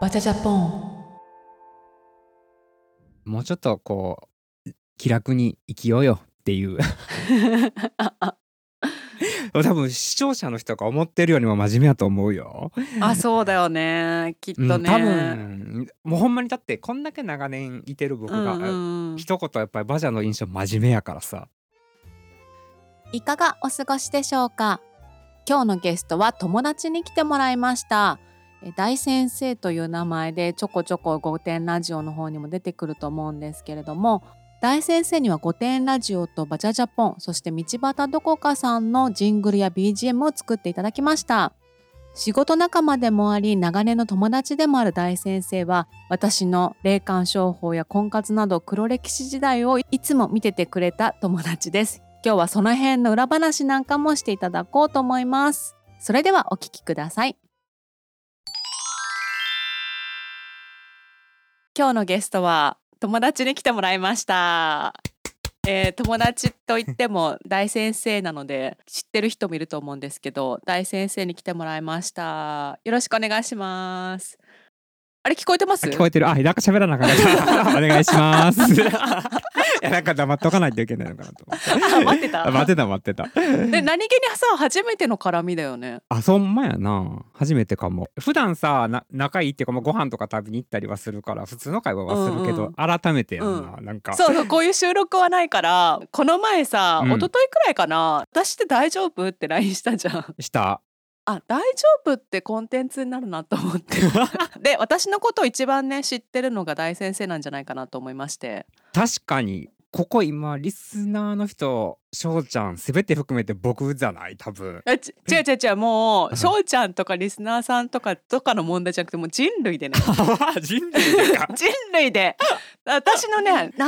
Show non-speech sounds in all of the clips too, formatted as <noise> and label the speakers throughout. Speaker 1: わちゃジャポン。
Speaker 2: もうちょっとこう気楽に生きようよっていう <laughs> 多分視聴者の人が思ってるよりも真面目やと思うよ、
Speaker 3: あそうだよねきっ
Speaker 2: うん、
Speaker 3: とね、
Speaker 2: 多分もうほんまにだってこんだけ長年いてる僕
Speaker 3: うん
Speaker 2: が、
Speaker 3: うんうん
Speaker 2: 一言やっぱりバジャの印象真面目やからさ
Speaker 1: いかがお過ごしでしょうか今日のゲストは友達に来てもらいましたえ大先生という名前でちょこちょこ「御殿ラジオ」の方にも出てくると思うんですけれども大先生には「御殿ラジオ」と「バジャジャポン」そして道端どこかさんのジングルや BGM を作っていただきました仕事仲間でもあり長年の友達でもある大先生は私の霊感商法や婚活など黒歴史時代をいつも見ててくれた友達です今日はその辺の裏話なんかもしていただこうと思いますそれではお聞きください今日のゲストは友達に来てもらいました、えー友達といっても大先生なので知ってる人もいると思うんですけど大先生に来てもらいましたよろしくお願いしますあれ聞こえてます
Speaker 2: あ聞こえてるあなんか喋らなあかった <laughs> お願いしますいやなんか黙っとかないといけないのかなと思
Speaker 3: あ待って
Speaker 2: あ
Speaker 3: た
Speaker 2: 待ってた待ってた
Speaker 1: で何気にさ初めての絡みだよね
Speaker 2: あそんまやな初めてかも普段さな仲いいっていうか、まあ、ご飯とか食べに行ったりはするから普通の会話はするけど、
Speaker 3: うん
Speaker 2: 改めてやんな、なんか
Speaker 3: そうそうこういう収録はないからこの前さ、
Speaker 2: うん
Speaker 3: 一昨日くらいかな私って大丈夫って LINE したじゃん
Speaker 2: した
Speaker 3: あ大丈夫ってコンテンツになるなと思って
Speaker 2: <laughs>
Speaker 3: で私のことを一番ね知ってるのが大先生なんじゃないかなと思いまして
Speaker 2: 確かにここ今リスナーの人翔ちゃん全て含めて僕じゃない多分
Speaker 3: あち違う違う違うも
Speaker 2: うん
Speaker 3: う翔ちゃんとかリスナーさんとかとかの問題じゃなくてもう人類
Speaker 2: <laughs>
Speaker 3: でね
Speaker 2: 人類か
Speaker 3: <laughs> 人類で私のね7割く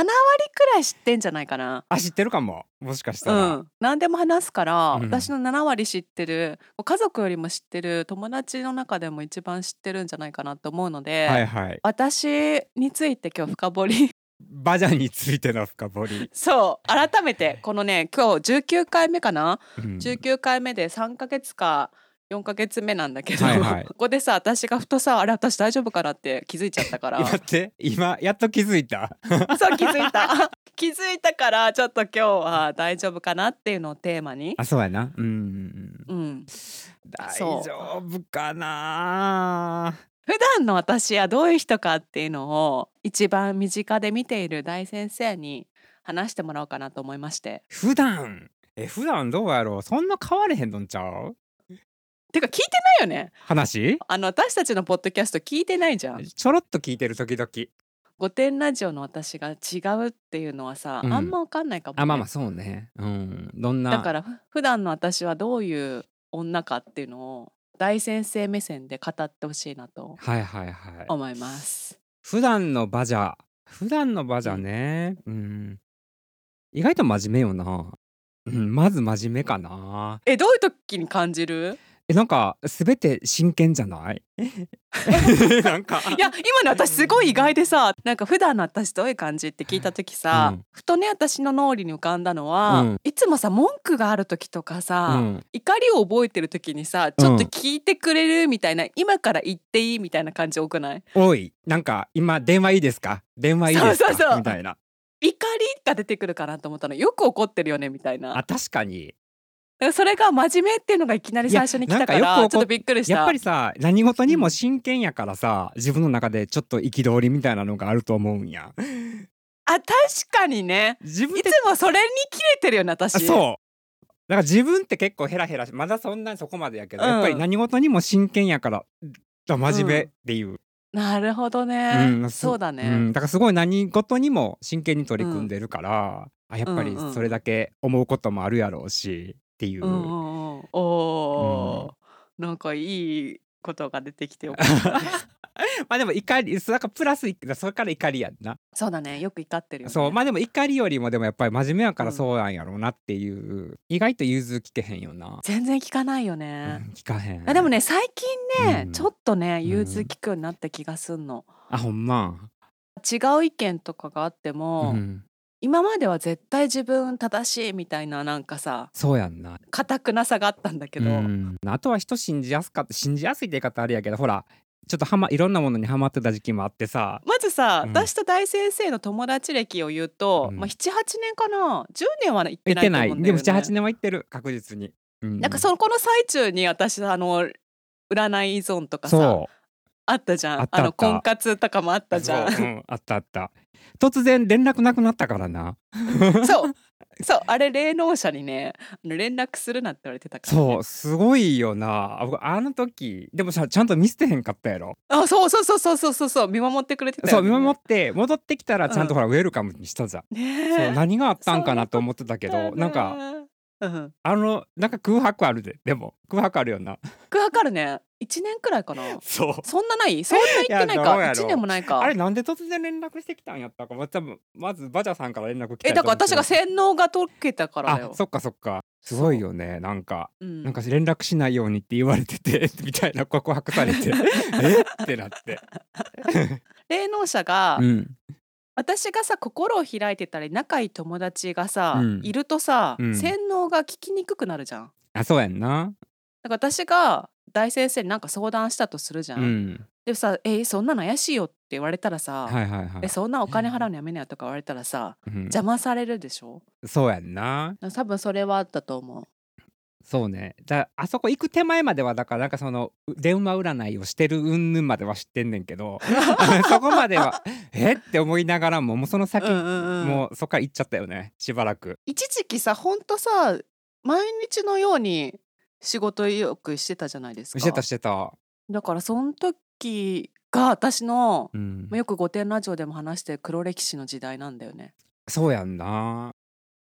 Speaker 3: らい知ってんじゃないかな
Speaker 2: <laughs> あ知ってるかももしかした
Speaker 3: う
Speaker 2: ら、
Speaker 3: ん、何でも話すから、
Speaker 2: うん
Speaker 3: 私の7割知ってる家族よりも知ってる友達の中でも一番知ってるんじゃないかなと思うので、
Speaker 2: はいはい
Speaker 3: 私について今日深掘
Speaker 2: <laughs>
Speaker 3: り
Speaker 2: バジャについての深掘り、
Speaker 3: そう改めてこのね今日19回目かな、
Speaker 2: うん
Speaker 3: 19回目で3ヶ月か4ヶ月目なんだけど、
Speaker 2: はいはい
Speaker 3: ここでさ私がふとさあれ私大丈夫かなって気づいちゃった <laughs> から
Speaker 2: 待って今やっと気づいた
Speaker 3: そう気づいた <laughs> 気づいたからちょっと今日は大丈夫かなっていうのをテーマに。
Speaker 2: あそうやなうん
Speaker 3: うん、
Speaker 2: 大
Speaker 3: そう
Speaker 2: 丈夫かな
Speaker 3: 普段の私はどういう人かっていうのを一番身近で見ている大先生に話してもらおうかなと思いまして
Speaker 2: 普段え普段どうやろうそんな変われへんのんちゃう
Speaker 3: てか聞いてないよね
Speaker 2: 話
Speaker 3: あの私たちのポッドキャスト聞いてないじゃん
Speaker 2: ちょろっと聞いてる時々
Speaker 3: 御殿ラジオの私が違うっていうのはさ、
Speaker 2: うん
Speaker 3: あんまわかんないかも、ね、
Speaker 2: あまあまあそうねうんどんな
Speaker 3: だからふ普段の私はどういう女かっていうのを大先生目線で語ってほしいなと
Speaker 2: はいはいはい
Speaker 3: 思います
Speaker 2: 普段のバジャ普段のバジャねうん意外と真面目よなうんまず真面目かな
Speaker 3: えどういう時に感じる
Speaker 2: えなんか全て真剣じゃない <laughs> なんか
Speaker 3: いや今の私すごい意外でさなんか普段の私どういう感じって聞いた時さ、
Speaker 2: うん
Speaker 3: ふとね私の脳裏に浮かんだのは、
Speaker 2: うん
Speaker 3: いつもさ文句がある時とか
Speaker 2: う
Speaker 3: さ、
Speaker 2: ん
Speaker 3: 怒りを覚えてる時にさちょっと聞いてくれるみたいな、今から言っていいみたいな感じ多くない
Speaker 2: おいなんか今電話いいですか電話いいです
Speaker 3: そ
Speaker 2: か
Speaker 3: うそうそう
Speaker 2: みたいな
Speaker 3: 怒りが出てくるかなと思ったのよく怒ってるよねみたい
Speaker 2: あ
Speaker 3: な
Speaker 2: 確かに
Speaker 3: それが真面目っていうのがいきなり最初に来たか
Speaker 2: いやなん
Speaker 3: ら
Speaker 2: かよく怒っ
Speaker 3: ちょっとびっくりした
Speaker 2: やっぱりさ何事にも真剣やからさ自分の中でちょっと憤りみたいなのがあると思うん
Speaker 3: あ
Speaker 2: や
Speaker 3: 確かにね
Speaker 2: 自分っ
Speaker 3: い
Speaker 2: て
Speaker 3: つもそれに切れてるよね私
Speaker 2: あそうだから自分って結構ヘラヘラしまだそんなにそこまでやけど、
Speaker 3: うん
Speaker 2: やっぱり何事にも真剣やからだ真面目っていう、
Speaker 3: なるほど
Speaker 2: う
Speaker 3: ね、
Speaker 2: ん
Speaker 3: そうだね、
Speaker 2: うんだからすごい何事にも真剣に取り組んでるから、あやっぱりそれだけ思うこともあるやろうしっていう、
Speaker 3: うんうんうん、おー、なんかいいことが出てきてよかった
Speaker 2: まあでも怒りそうだからプラスそれから怒りやんな
Speaker 3: <laughs> そうだねよく怒ってるよね
Speaker 2: そうまあでも怒りよりもでもやっぱり真面目やから
Speaker 3: うん
Speaker 2: そうなんやろうなっていう、意外と融通聞けへんよな、
Speaker 3: 全然聞かないよ
Speaker 2: う
Speaker 3: ね、
Speaker 2: ん、聞かへん
Speaker 3: あでもね最近ね、
Speaker 2: うん
Speaker 3: ちょっとね
Speaker 2: ん
Speaker 3: 融通聞くようになった気がすんの、
Speaker 2: あほんま、
Speaker 3: 違う意見とかがあって
Speaker 2: う
Speaker 3: も、
Speaker 2: ん、
Speaker 3: 今までは絶対自分正しいみたいななんかさ
Speaker 2: そうやんな
Speaker 3: 固くなさがあったんだけど、
Speaker 2: うんあとは人信じやすかった信じやすいって言い方あるやけどほらちょっとはまいろんなものにハマってた時期もあってさ
Speaker 3: まずさ、
Speaker 2: うん
Speaker 3: 私と大先生の友達歴を言うと、
Speaker 2: うん
Speaker 3: まあ、78年かな10年は行って
Speaker 2: 行っ
Speaker 3: ない
Speaker 2: て
Speaker 3: と
Speaker 2: ない
Speaker 3: 思うんだ
Speaker 2: で
Speaker 3: よ、
Speaker 2: も
Speaker 3: ね、
Speaker 2: 78年は行ってる確実に、うん、
Speaker 3: なんかそこの最中に私あの占い依存とかさ
Speaker 2: そう
Speaker 3: あったじゃん
Speaker 2: あ
Speaker 3: あ
Speaker 2: ったあった
Speaker 3: の婚活とかもあったじゃん
Speaker 2: そううんあったあった突然連絡なくなったからな
Speaker 3: <laughs> そうそうあれ霊能者にねあの連絡するなって言われてたから、ね
Speaker 2: そ、うすごいよなあ僕あの時でもさちゃんと見捨てへんかったやろ
Speaker 3: あそうそうそうそうそうそうそう見守ってくれてた
Speaker 2: そ
Speaker 3: よ
Speaker 2: う
Speaker 3: ね
Speaker 2: 見守って戻ってきたらちゃんと
Speaker 3: うん
Speaker 2: ほら、ウェルカムにしたじゃん
Speaker 3: ね
Speaker 2: そう
Speaker 3: え
Speaker 2: 何があったんかなと思ってたけ
Speaker 3: だ
Speaker 2: ど
Speaker 3: ね
Speaker 2: なんか
Speaker 3: うん
Speaker 2: あのなんか空白あるででも空白あるよな
Speaker 3: 空かるね1年くらいかな
Speaker 2: そう
Speaker 3: そんなないそんな言ってない
Speaker 2: <laughs> いやどう
Speaker 3: か
Speaker 2: やろ
Speaker 3: 1年もないか
Speaker 2: あれなんで突然連絡してきたんやったかまあ多分まずバジャさんから連絡来た
Speaker 3: えだから私が
Speaker 2: ん
Speaker 3: 洗脳が解けたからだ
Speaker 2: あ
Speaker 3: よ
Speaker 2: そっかそっかすごいよねなんか
Speaker 3: うん
Speaker 2: なんか連絡しないようにって言われてて <laughs> みたいな告白さ
Speaker 3: <laughs>
Speaker 2: れてえってなって
Speaker 3: 霊能者が、
Speaker 2: うん
Speaker 3: 私がさ心を開いてたり仲いい友達がさ、
Speaker 2: うん
Speaker 3: いるとさ、
Speaker 2: うん
Speaker 3: 洗脳が聞きにくくなるじゃん。
Speaker 2: あそうやんな
Speaker 3: だから私が大先生になんか相談したとするじゃ。
Speaker 2: うんん
Speaker 3: でさ「えそんなの怪しいよ」って言われたらさ「
Speaker 2: はいはいはい
Speaker 3: えそんなお金払うのやめなよ」とか言われたらさ
Speaker 2: うん
Speaker 3: 邪魔されるでしょ
Speaker 2: そうやんな
Speaker 3: 多分それはあったと思う。
Speaker 2: そうねだあそこ行く手前まではだからなんかそのう電話占いをしてるうんぬんまでは知ってんねん
Speaker 3: <laughs>
Speaker 2: けど <laughs> あのそこまではえって思いながらももうその先、
Speaker 3: うんうんうん
Speaker 2: もうそっから行っちゃったよねしばらく
Speaker 3: 一時期さほんとさ毎日のように仕事よくしてたじゃないですか。
Speaker 2: してたしてた、
Speaker 3: だからその時が私の、
Speaker 2: うん
Speaker 3: まあ、よく「御殿ラジオ」でも話してる黒歴史の時代なんだよね。
Speaker 2: そうやんな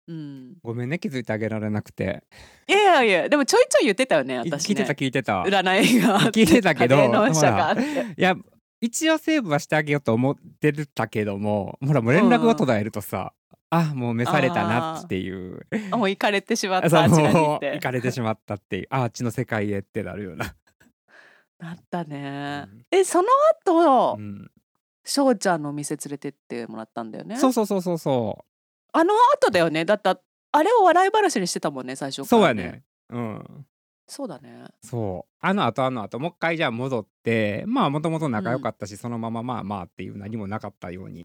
Speaker 3: うん、
Speaker 2: ごめんね気づいてあげられなくて
Speaker 3: いやいやいやでもちょいちょい言ってたよね
Speaker 2: い
Speaker 3: 私
Speaker 2: 聞い
Speaker 3: ね
Speaker 2: てた聞いてた
Speaker 3: 占いがあって
Speaker 2: 聞いてたけど
Speaker 3: 霊能者があって
Speaker 2: いや一応セーブはしてあげようと思ってたけどもほらもう連絡が途絶えるとさ、あもう召されたなっていう
Speaker 3: あもう行かれてしまっ
Speaker 2: <laughs> そ
Speaker 3: た
Speaker 2: う
Speaker 3: あちらに
Speaker 2: も
Speaker 3: 行
Speaker 2: う
Speaker 3: って
Speaker 2: 行かれてしまったっていうああっちの世界へってなるような、
Speaker 3: なったね
Speaker 2: うん
Speaker 3: えその後
Speaker 2: うん
Speaker 3: 翔、ちゃんのお店連れてってもらったんだよね
Speaker 2: そうそうそうそうそ
Speaker 3: あの後だよねだってあれを笑い話にしてたもんね最
Speaker 2: う
Speaker 3: 初か
Speaker 2: そう
Speaker 3: ら、
Speaker 2: やねうん
Speaker 3: そうだね
Speaker 2: そうあのあとあのあともう一回じゃあ戻ってまあもともと仲良かったし、そのまままあまあっていう何もなかったように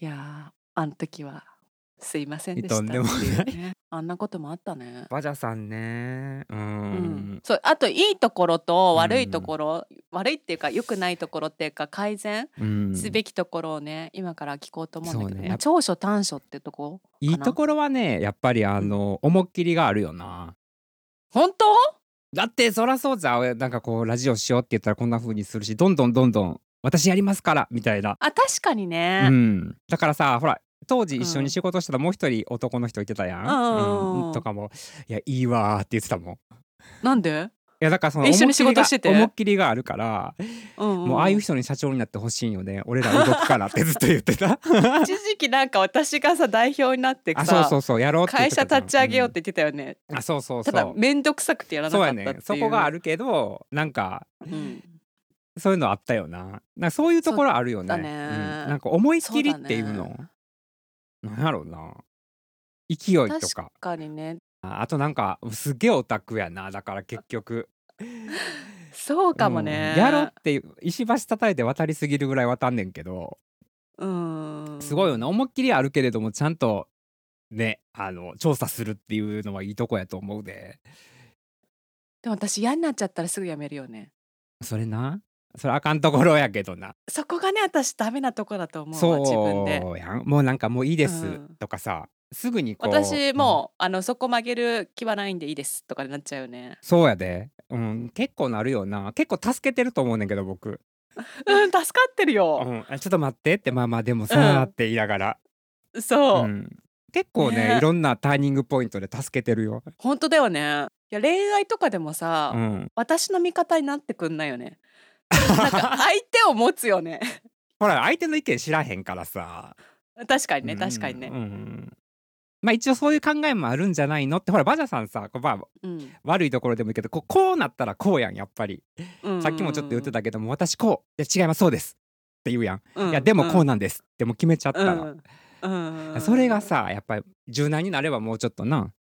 Speaker 3: いやーあの時はすいませんでした
Speaker 2: とんでもない
Speaker 3: っていうねあんなこともあったね
Speaker 2: バジャさんねう、
Speaker 3: うんん、そうあといいところと悪いところ、悪いっていうか良くないところっていうか改善
Speaker 2: うん
Speaker 3: すべきところをね、今から聞こうと思うんだけ
Speaker 2: そ
Speaker 3: ど、
Speaker 2: うね
Speaker 3: まあ長所短所ってとこ
Speaker 2: いいところはねやっぱりあの思いっきりがあるよな
Speaker 3: 本当
Speaker 2: だってそらそうじゃんなんかこうラジオしようって言ったらこんな風にするしどんどんどんどん私やりますからみたいな
Speaker 3: あ確かに
Speaker 2: う
Speaker 3: ね、
Speaker 2: ん、だからさほら当時一緒に仕事してたもう一人男の人いてたやん、
Speaker 3: うん
Speaker 2: うんとかも「いやいいわ」って言ってたもん。い
Speaker 3: なんで、
Speaker 2: やだからその
Speaker 3: 一緒に仕事してて
Speaker 2: 思いっきりがあるから、
Speaker 3: うんん
Speaker 2: もうああいう人に社長になってほしいよね俺ら動くか
Speaker 3: <laughs>
Speaker 2: らってずっと言ってた
Speaker 3: 一時期なんか私がさ代表になってさ
Speaker 2: あそうそうそうやろうって言
Speaker 3: 会
Speaker 2: って
Speaker 3: 社
Speaker 2: たじゃん
Speaker 3: 立ち上げようって言ってたよね、
Speaker 2: うんあそうそうそ
Speaker 3: た
Speaker 2: う
Speaker 3: だ面倒くさくてやらな
Speaker 2: そう
Speaker 3: か
Speaker 2: や
Speaker 3: ったっていう
Speaker 2: ねそこがあ
Speaker 3: る、
Speaker 2: るけどなんか
Speaker 3: うん
Speaker 2: そういうのあったよななんかそういうところあるよね
Speaker 3: そうだね
Speaker 2: うんなんか思いっきりっていう
Speaker 3: そ
Speaker 2: の
Speaker 3: う
Speaker 2: なんやろうな勢いとか
Speaker 3: 確かにね
Speaker 2: ああとなんかすげえオタクやなだから結局
Speaker 3: そうかもね、
Speaker 2: うんやろうっていう石橋叩いて渡りすぎるぐらい渡んねんけど
Speaker 3: うん
Speaker 2: すごいよね思いっきりあるけれどもちゃんとねあの調査するっていうのはいいとこやと思うで
Speaker 3: でも私嫌になっちゃったらすぐやめるよね
Speaker 2: それなそれあかんところやけどな
Speaker 3: そこがね私ダメなとこだと思うわ自分で
Speaker 2: そうやんもうなんかもういいで
Speaker 3: う
Speaker 2: す
Speaker 3: ん
Speaker 2: とかさすぐにこう
Speaker 3: 私もう、あのそこ曲げる気はないんでいいですとかになっちゃうよね
Speaker 2: うんそうやでうん結構なるよな結構助けてると思うねんけど僕
Speaker 3: うん助かってる
Speaker 2: う
Speaker 3: よ、
Speaker 2: んあちょっと待ってってまあまあで
Speaker 3: う
Speaker 2: も
Speaker 3: ん
Speaker 2: さーって言いながら
Speaker 3: そう、
Speaker 2: うん結構ね
Speaker 3: ね
Speaker 2: いろんなターニングポイントで助けてるよ。
Speaker 3: 本当だよねいや恋愛とかでもさ、
Speaker 2: うん、
Speaker 3: 私の味方になってくんないよ
Speaker 2: <laughs>
Speaker 3: ねなんか相手を持つよね
Speaker 2: ほら相手の意見知らへんからさ。
Speaker 3: 確かにね
Speaker 2: うん
Speaker 3: 確かにね、
Speaker 2: うんまあ一応そういう考えもあるんじゃないのってほらバジャさんさこう、まあ、
Speaker 3: うん
Speaker 2: 悪いところでもいいけどこうこうなったらこうやんやっぱり、
Speaker 3: うん
Speaker 2: さっきもちょっと言ってたけども私こういや違いますそうですって言うやん、
Speaker 3: うん
Speaker 2: いやでもこう
Speaker 3: な
Speaker 2: なんですってもう決めちゃったら、
Speaker 3: うんうん
Speaker 2: それがさやっぱり柔軟になればもうちょっとなだか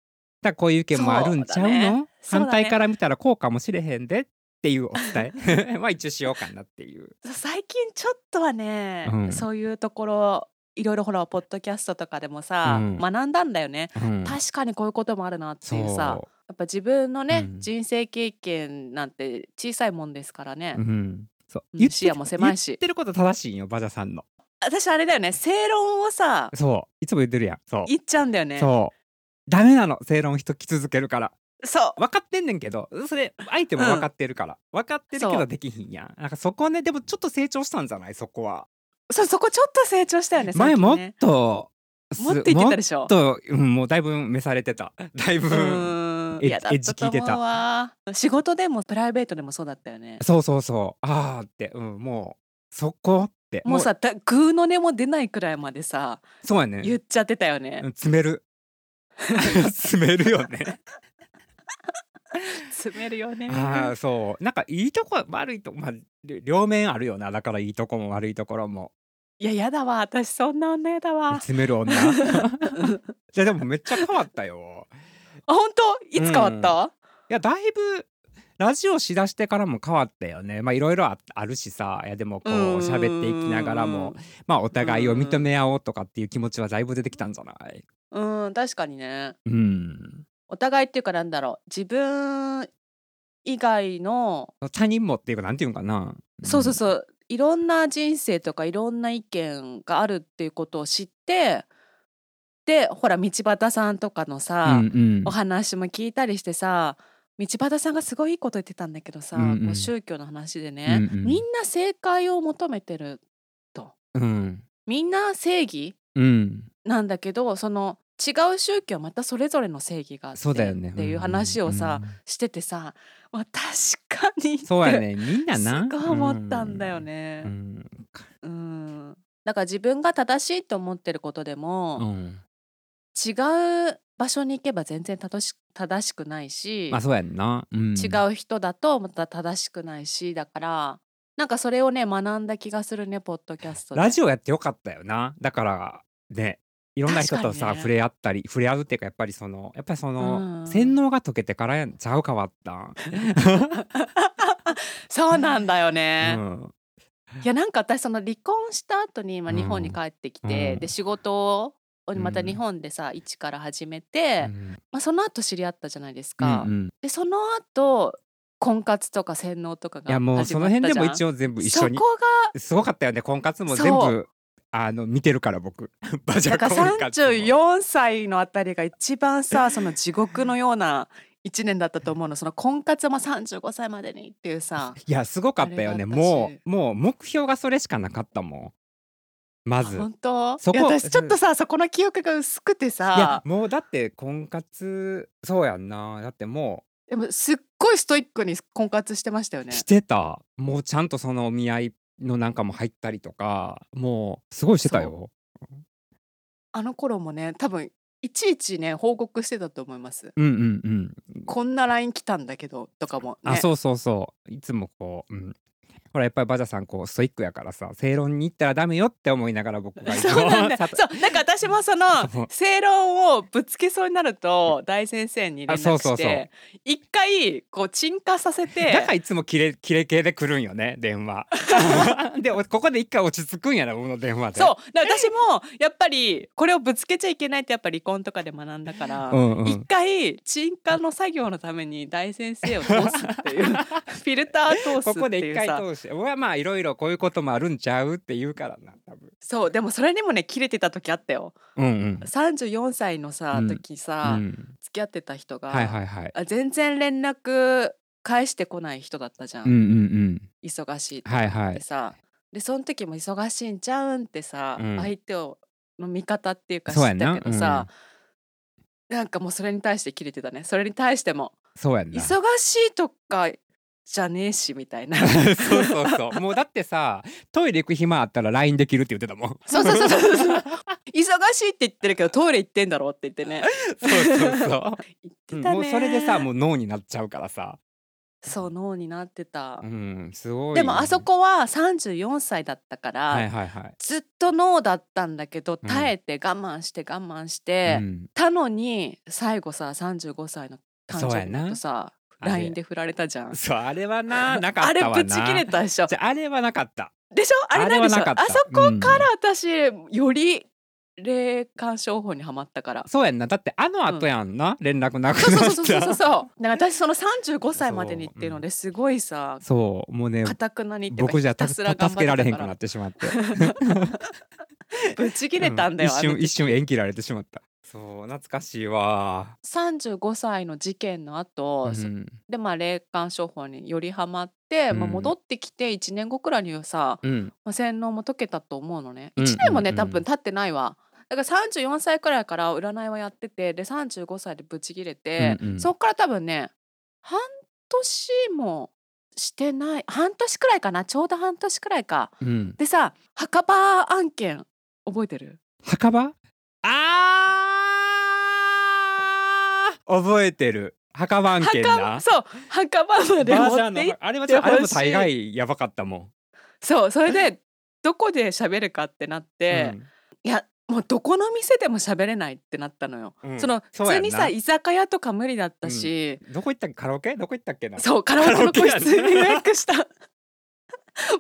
Speaker 2: らこういう意見もあるんちゃ
Speaker 3: そうだ
Speaker 2: うの
Speaker 3: ねそうだ
Speaker 2: 反
Speaker 3: ね
Speaker 2: 対から見たらこうかもしれへんでっっていうお伝
Speaker 3: <laughs>
Speaker 2: えまあ一応しようかなっていう。
Speaker 3: 最近ちょっとはね、
Speaker 2: うん
Speaker 3: そういうところいろいろほらポッドキャストとかでもさ、
Speaker 2: うん
Speaker 3: 学んだんだよね、
Speaker 2: うん
Speaker 3: 確かにこういうこともあるなっていうさ
Speaker 2: そ
Speaker 3: やっぱ自分のね、
Speaker 2: うん
Speaker 3: 人生経験なんて小さいもんですからね、
Speaker 2: う、うん、そう
Speaker 3: うん
Speaker 2: 言って
Speaker 3: 視野も狭いし
Speaker 2: 言ってること正しいんよバジャさんの。
Speaker 3: 私あれだよね正論をさ
Speaker 2: そういつも言ってるやん。そう。
Speaker 3: 言っちゃうんだよね
Speaker 2: そうダメなの正論人き続けるから
Speaker 3: そう
Speaker 2: 分かってんねんけどそれ相手も分かってるから、分かってるけ
Speaker 3: そ
Speaker 2: ど
Speaker 3: う
Speaker 2: できひんやんなんかそこはねでもちょっと成長したんじゃないそこは、
Speaker 3: そうそこちょっと成長したよね
Speaker 2: 前
Speaker 3: 最近
Speaker 2: もっ
Speaker 3: ね
Speaker 2: とす
Speaker 3: もっと言ってたでしょ
Speaker 2: もっと、うん、もうだいぶ召されてた <laughs> だいうぶ
Speaker 3: ーん
Speaker 2: え
Speaker 3: いやだったと
Speaker 2: エッジ聞いて
Speaker 3: 思
Speaker 2: た
Speaker 3: うわ仕事でもプライベートでもそうだったよね
Speaker 2: そうそうそうああって、うん、もうそこって
Speaker 3: もうさだグーの音も出ないくらいまでさ
Speaker 2: そうやね
Speaker 3: 言っちゃってたよね
Speaker 2: うん詰
Speaker 3: <laughs>
Speaker 2: める詰めるよね
Speaker 3: 詰めるよね
Speaker 2: ああそうなんかいいとこ悪いとこ、まあ、りょ両面あるよなだからいいとこも悪いところも
Speaker 3: いややだわ私そんな女やだわ
Speaker 2: 詰め
Speaker 3: <laughs>
Speaker 2: る女じゃでもめっちゃ変わったよ
Speaker 3: あ本当いつ変わった、
Speaker 2: いやだいぶラジオしだしてからも変わったよねまあいろいろああるしさいやでもこう
Speaker 3: うん
Speaker 2: 喋っていきながらもまあお互いを認め合おうとかっていう気持ちはだいぶ出てきたんじゃない
Speaker 3: うん、確かにね
Speaker 2: うん
Speaker 3: お互いっていうかなんだろう自分以外の
Speaker 2: 他人もっていうかなんていうんかな
Speaker 3: そうそう
Speaker 2: う
Speaker 3: そ
Speaker 2: ん
Speaker 3: ういろんな人生とかいろんな意見があるっていうことを知ってでほら道端さんとかのさ、
Speaker 2: うんうん
Speaker 3: お話も聞いたりしてさ道端さんがすごいいいこと言ってたんだけどさ、
Speaker 2: うんうん
Speaker 3: こう宗教の話でね、
Speaker 2: うんうん
Speaker 3: みんな正解を求めてる
Speaker 2: うん
Speaker 3: みんな正義
Speaker 2: うん
Speaker 3: なんだけどその違う宗教はまたそれぞれの正義があって
Speaker 2: そうだよね
Speaker 3: っていう話をさ、
Speaker 2: うんうん
Speaker 3: しててさ、まあ、確かにって
Speaker 2: そうやねみんなな
Speaker 3: すごい思ったんだよね
Speaker 2: う。ん
Speaker 3: うんだから自分が正しいと思ってることでも、
Speaker 2: うん
Speaker 3: 違う場所に行けば全然正し正しくないし、
Speaker 2: まあそうやんな、うん、
Speaker 3: 違う人だとまた正しくないしだからなんかそれをね学んだ気がするねポッドキャストで。
Speaker 2: ラジオやってよかったよなだからねいろんな人と
Speaker 3: 確か
Speaker 2: さ、
Speaker 3: にね
Speaker 2: 触れ合ったり触れ合うっていうかやっぱりそのやっぱりそ
Speaker 3: う
Speaker 2: の、
Speaker 3: ん
Speaker 2: 洗脳が解けてからやんちゃう変わったん、
Speaker 3: そうなんだよ
Speaker 2: う
Speaker 3: ね、
Speaker 2: ん、
Speaker 3: いやなんか私その離婚した後に今
Speaker 2: うん
Speaker 3: 日本に帰ってきて、
Speaker 2: うん
Speaker 3: で仕事をまた
Speaker 2: うん
Speaker 3: 日本でさ一から始めて、まあ、その後知り合ったじゃないですか、
Speaker 2: うんうん
Speaker 3: でその後婚活とか洗脳とか
Speaker 2: い
Speaker 3: が
Speaker 2: や
Speaker 3: 始ま
Speaker 2: も
Speaker 3: った
Speaker 2: う
Speaker 3: じゃ
Speaker 2: そ
Speaker 3: ん
Speaker 2: の辺でも一応全部一緒に
Speaker 3: そこ
Speaker 2: すごかったよね婚活も全
Speaker 3: そ
Speaker 2: 部あの見てるか
Speaker 3: <laughs>
Speaker 2: ら僕バジ
Speaker 3: がだか
Speaker 2: ャ <laughs> 婚
Speaker 3: ら
Speaker 2: 活も
Speaker 3: 34歳のあたりが一番さその地獄のような1年だったと思うのその婚活も35歳までにっていうさ
Speaker 2: いやすごかったよね
Speaker 3: あれが
Speaker 2: も
Speaker 3: 私
Speaker 2: うもう目標がそれしかなかったもんまず
Speaker 3: 本当
Speaker 2: そこ
Speaker 3: いや私ちょっとさそこの記憶が薄くて
Speaker 2: いや
Speaker 3: さ
Speaker 2: もうだって婚活そうやんなだっても
Speaker 3: でもすっごいストイックに婚活してましたよ
Speaker 2: う
Speaker 3: ね。
Speaker 2: してた、もうちゃんとそのお見合いのなんかも入ったりとかもうすごいしてたよ
Speaker 3: あの頃もね多分いちいちね報告してたと思います。
Speaker 2: うんうんうん、
Speaker 3: こんな LINE 来たんだけどとかも、ね、
Speaker 2: あそうそうそういつもこう、うん、ほらやっぱりバジャさんこうストイックやからさ正論に行ったらダメよって思いながら僕がいつも
Speaker 3: <laughs> そうなんだ
Speaker 2: さ
Speaker 3: そうなんか私もその
Speaker 2: そう
Speaker 3: 正論をぶつけそうになると大先生に連絡して
Speaker 2: あそうそうそう
Speaker 3: 一回こう沈下させて
Speaker 2: だからいつもキレキレ系で来るんよね
Speaker 3: <laughs>
Speaker 2: 電話でおここで一回落ち着くんやなこの電話で
Speaker 3: そうだから私もやっぱりこれをぶつけちゃいけないってやっぱ離婚とかで学んだから、
Speaker 2: うんうん
Speaker 3: 一回沈下の作業のために大先生を通すって
Speaker 2: <laughs>
Speaker 3: いうフィルター通す
Speaker 2: ここ
Speaker 3: っ
Speaker 2: で
Speaker 3: てい
Speaker 2: 一
Speaker 3: う
Speaker 2: 回
Speaker 3: さ
Speaker 2: 通して俺はまあいろいろこういうこともあるんちゃうって言うからな多分
Speaker 3: そうでもそれにもね切れてた時あったよ
Speaker 2: うんうん
Speaker 3: 34歳のさ、
Speaker 2: うん
Speaker 3: 時さ、
Speaker 2: うん、
Speaker 3: 付き合ってた人が、
Speaker 2: はいはいはい
Speaker 3: あ全然連絡返してこない人だったじゃん、
Speaker 2: うんうん
Speaker 3: 忙しいって
Speaker 2: うんはいは
Speaker 3: で
Speaker 2: い
Speaker 3: さ、でその時も忙しいんちゃうんってさ、
Speaker 2: うん
Speaker 3: 相手をの味方っていうか知
Speaker 2: そうや
Speaker 3: っ
Speaker 2: ん
Speaker 3: た
Speaker 2: な
Speaker 3: けどさ、なんかもうそれに対して切れてたねそれに対しても
Speaker 2: そうやんなそ
Speaker 3: 忙しいとかじゃねえしみたい
Speaker 2: <laughs>
Speaker 3: な
Speaker 2: う <laughs> そうそうもうだってさトイレ行く暇あったら LINE できるって言ってたもん
Speaker 3: そうそうそうそうそう忙しいって言ってるけどトイレ行ってんだろうって言ってね
Speaker 2: <laughs> そうそうそ
Speaker 3: 言
Speaker 2: う
Speaker 3: っ
Speaker 2: う
Speaker 3: て
Speaker 2: ん
Speaker 3: たね、
Speaker 2: もうそれでさもう脳になっちゃうからさ
Speaker 3: そう脳になってた、
Speaker 2: うんすごい
Speaker 3: でもあそこは34歳だったから、
Speaker 2: はいはいはい
Speaker 3: ずっと脳だったんだけど
Speaker 2: うん
Speaker 3: 耐えて我慢して我慢して、
Speaker 2: うん
Speaker 3: たのに最後さ35歳の誕
Speaker 2: そう
Speaker 3: 生
Speaker 2: や
Speaker 3: 日
Speaker 2: な
Speaker 3: だとさ
Speaker 2: あれ
Speaker 3: LINE で振られたじゃん
Speaker 2: そうあれはななか
Speaker 3: あ
Speaker 2: っ
Speaker 3: れ
Speaker 2: たわな
Speaker 3: ぶち切れたでしょ
Speaker 2: じゃああれはなかった
Speaker 3: でしょあれないでしょ
Speaker 2: あれはなか
Speaker 3: あ
Speaker 2: った
Speaker 3: そこから私より霊感商法にはまったから
Speaker 2: そうやんなだってあの後やんな、連絡なく
Speaker 3: そう
Speaker 2: なった
Speaker 3: そうそうそうそうそうだから私その35歳までにっていうのですごいさ
Speaker 2: そうもうね
Speaker 3: かたくなにっていうか
Speaker 2: 僕じゃ
Speaker 3: ひた
Speaker 2: たた
Speaker 3: すら頑張って
Speaker 2: 助けら
Speaker 3: た
Speaker 2: れへん
Speaker 3: か
Speaker 2: くな
Speaker 3: ら
Speaker 2: ってしまって
Speaker 3: ぶち切れたんだよ、
Speaker 2: う
Speaker 3: あ
Speaker 2: 一
Speaker 3: の
Speaker 2: 瞬
Speaker 3: 時
Speaker 2: 一瞬縁切られてしまったそう懐かしいわ
Speaker 3: 35歳の事件の後、
Speaker 2: う
Speaker 3: そ
Speaker 2: ん
Speaker 3: でまあ霊感商法によりはまって、まあ、
Speaker 2: うん
Speaker 3: 戻ってきて1年後くらいにはさ、
Speaker 2: うん
Speaker 3: まあ、洗脳も解けたと思うのね
Speaker 2: うん
Speaker 3: 1年もね、
Speaker 2: うん
Speaker 3: 多分経ってないわだから34歳くらいから占いはやっててで35歳でブチ切れて、
Speaker 2: うんうん
Speaker 3: そっから多分ね半年もしてない半年くらいかなちょうど半年くらいか
Speaker 2: うん
Speaker 3: でさ墓場案件覚えてる
Speaker 2: 墓場あー覚えてる墓番犬
Speaker 3: 墓
Speaker 2: な
Speaker 3: そう墓場まで
Speaker 2: バ
Speaker 3: 持
Speaker 2: ージョ
Speaker 3: っ
Speaker 2: ンの
Speaker 3: てい
Speaker 2: あれはちょっとあれも大概やばかったもん、
Speaker 3: そうそれでどこで喋るかってなって、いやもうどこの店でも喋れないってなったのよ。
Speaker 2: うんうん
Speaker 3: その
Speaker 2: う
Speaker 3: 普
Speaker 2: や
Speaker 3: 通
Speaker 2: んな
Speaker 3: にさ居酒屋とか無理だったし、
Speaker 2: どこ行ったっけカラオケどこ行ったっけな
Speaker 3: そうカラオケの個室
Speaker 2: カラオケ
Speaker 3: に予
Speaker 2: やね
Speaker 3: 約した <laughs>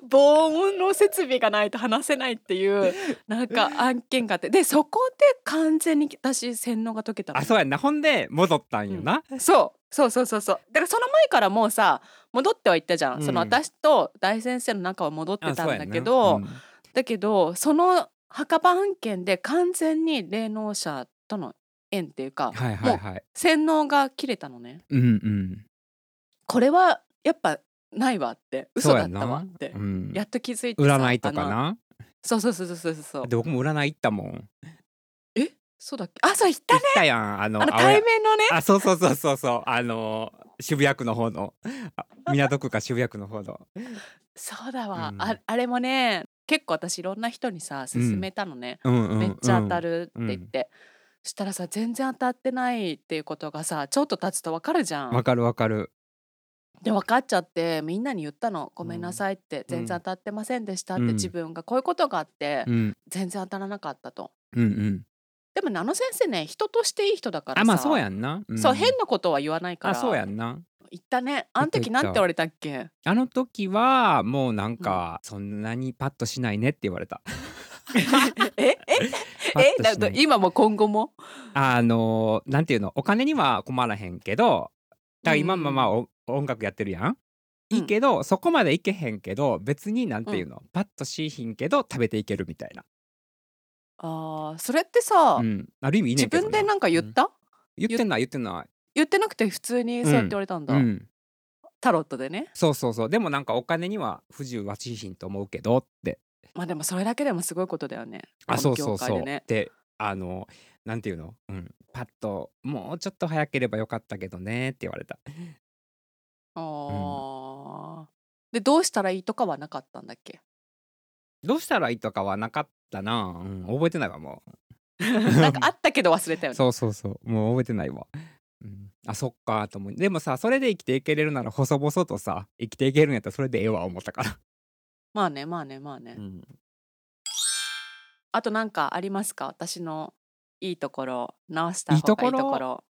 Speaker 3: 防音の設備がないと話せないっていうなんか案件があってでそこで完全に私洗脳が解けたの
Speaker 2: あそうやんなほんで戻ったんよな、
Speaker 3: そうそうそうそうそうだからその前からもうさ戻ってはいったじゃん、
Speaker 2: うん
Speaker 3: その私と大先生の仲は戻って
Speaker 2: あ
Speaker 3: た
Speaker 2: そ
Speaker 3: ん
Speaker 2: うや
Speaker 3: だ
Speaker 2: な
Speaker 3: けど、
Speaker 2: うん
Speaker 3: だけどその墓場案件で完全に霊能者との縁っていうか
Speaker 2: はいはいはい
Speaker 3: 洗脳が切れたのね
Speaker 2: うんうん
Speaker 3: これはやっぱないわって嘘
Speaker 2: そ
Speaker 3: だ
Speaker 2: うや
Speaker 3: っ
Speaker 2: んな
Speaker 3: たわって
Speaker 2: う、ん
Speaker 3: やっと気づいてさ
Speaker 2: 占いとか
Speaker 3: あの
Speaker 2: な
Speaker 3: そうそうそうそうそうそう
Speaker 2: で僕も占い行ったもん
Speaker 3: えそうだっけあそう言った
Speaker 2: 行
Speaker 3: ね
Speaker 2: ったやんあの
Speaker 3: あの
Speaker 2: 青山
Speaker 3: 対面のね
Speaker 2: あそうそうそうそうそうあの渋谷区の方のあ港区か渋谷区の方の
Speaker 3: そうだわ、
Speaker 2: うん
Speaker 3: ああれもね結構私いろんな人にさ勧めたのね、
Speaker 2: うんうん、うん、
Speaker 3: めっちゃ当たるって言っ
Speaker 2: うん
Speaker 3: て、したらさ全然当たってないっていうことがさちょっと経つとわかるじゃん
Speaker 2: わかるわかる
Speaker 3: で分かっちゃってみんなに言ったの「ごめんなさい」って「全然当たってませんでした」って、
Speaker 2: うん
Speaker 3: 自分がこういうことがあって、
Speaker 2: うん
Speaker 3: 全然当たらなかったと。
Speaker 2: うんうん
Speaker 3: でもねあの先生ね人としていい人だからさ
Speaker 2: あまあそうやんな、ん
Speaker 3: そう変なことは言わないから
Speaker 2: あそうやんな
Speaker 3: 言ったねあの時
Speaker 2: 言っ
Speaker 3: な
Speaker 2: た
Speaker 3: んて
Speaker 2: 言った
Speaker 3: 言われたっ
Speaker 2: <laughs>
Speaker 3: け
Speaker 2: あの時はもうなんかそんなにパッとしないねって言われた
Speaker 3: ええ
Speaker 2: パッ
Speaker 3: え
Speaker 2: と
Speaker 3: だ
Speaker 2: しない
Speaker 3: 今も今後も
Speaker 2: あのなんていうのお金には困らへんけどだから今
Speaker 3: うん
Speaker 2: まあまあお音楽やってるやん
Speaker 3: うん
Speaker 2: いいけど、そこまでいけへんけど別になんていうの、パッとしひんけど食べていけるみたいな、
Speaker 3: あーそれってさ、
Speaker 2: うん、ある意味いいね
Speaker 3: 自
Speaker 2: んけど
Speaker 3: 分でなんか言った、
Speaker 2: うん言ってない言ってな
Speaker 3: 言ってなくて普通にそうやって言われたん
Speaker 2: い、
Speaker 3: だ、
Speaker 2: うん、
Speaker 3: タロットでね
Speaker 2: そうそうそうでもなんかお金には不自由はしひんと思うけどって
Speaker 3: まあでもそれだけでもすごいことだよね
Speaker 2: あ
Speaker 3: こ
Speaker 2: そ
Speaker 3: の
Speaker 2: うそ
Speaker 3: 業
Speaker 2: う
Speaker 3: 界
Speaker 2: そ
Speaker 3: で
Speaker 2: う
Speaker 3: ね
Speaker 2: であのなんていうの、うん、パッともうちょっと早ければよかったけどねって言われた
Speaker 3: あーでどうしたらいいとかはなかったんだっ
Speaker 2: <laughs>
Speaker 3: け
Speaker 2: どうしたらいいとかはなかったな、うん、覚えてないわも
Speaker 3: なんかあったけど忘れたよ
Speaker 2: う
Speaker 3: ね
Speaker 2: <laughs> そうそうそうもう覚えてないわ、うん、あそっかと思うでもさそれで生きていけれるなら細々とさ生きていけるんやったらそれでええわ思ったから、
Speaker 3: まあねまあねまあね、
Speaker 2: うん、
Speaker 3: あとなんかありますか私のいいところ直した
Speaker 2: いい
Speaker 3: 方
Speaker 2: と
Speaker 3: がい
Speaker 2: こ
Speaker 3: い
Speaker 2: ろ
Speaker 3: ところ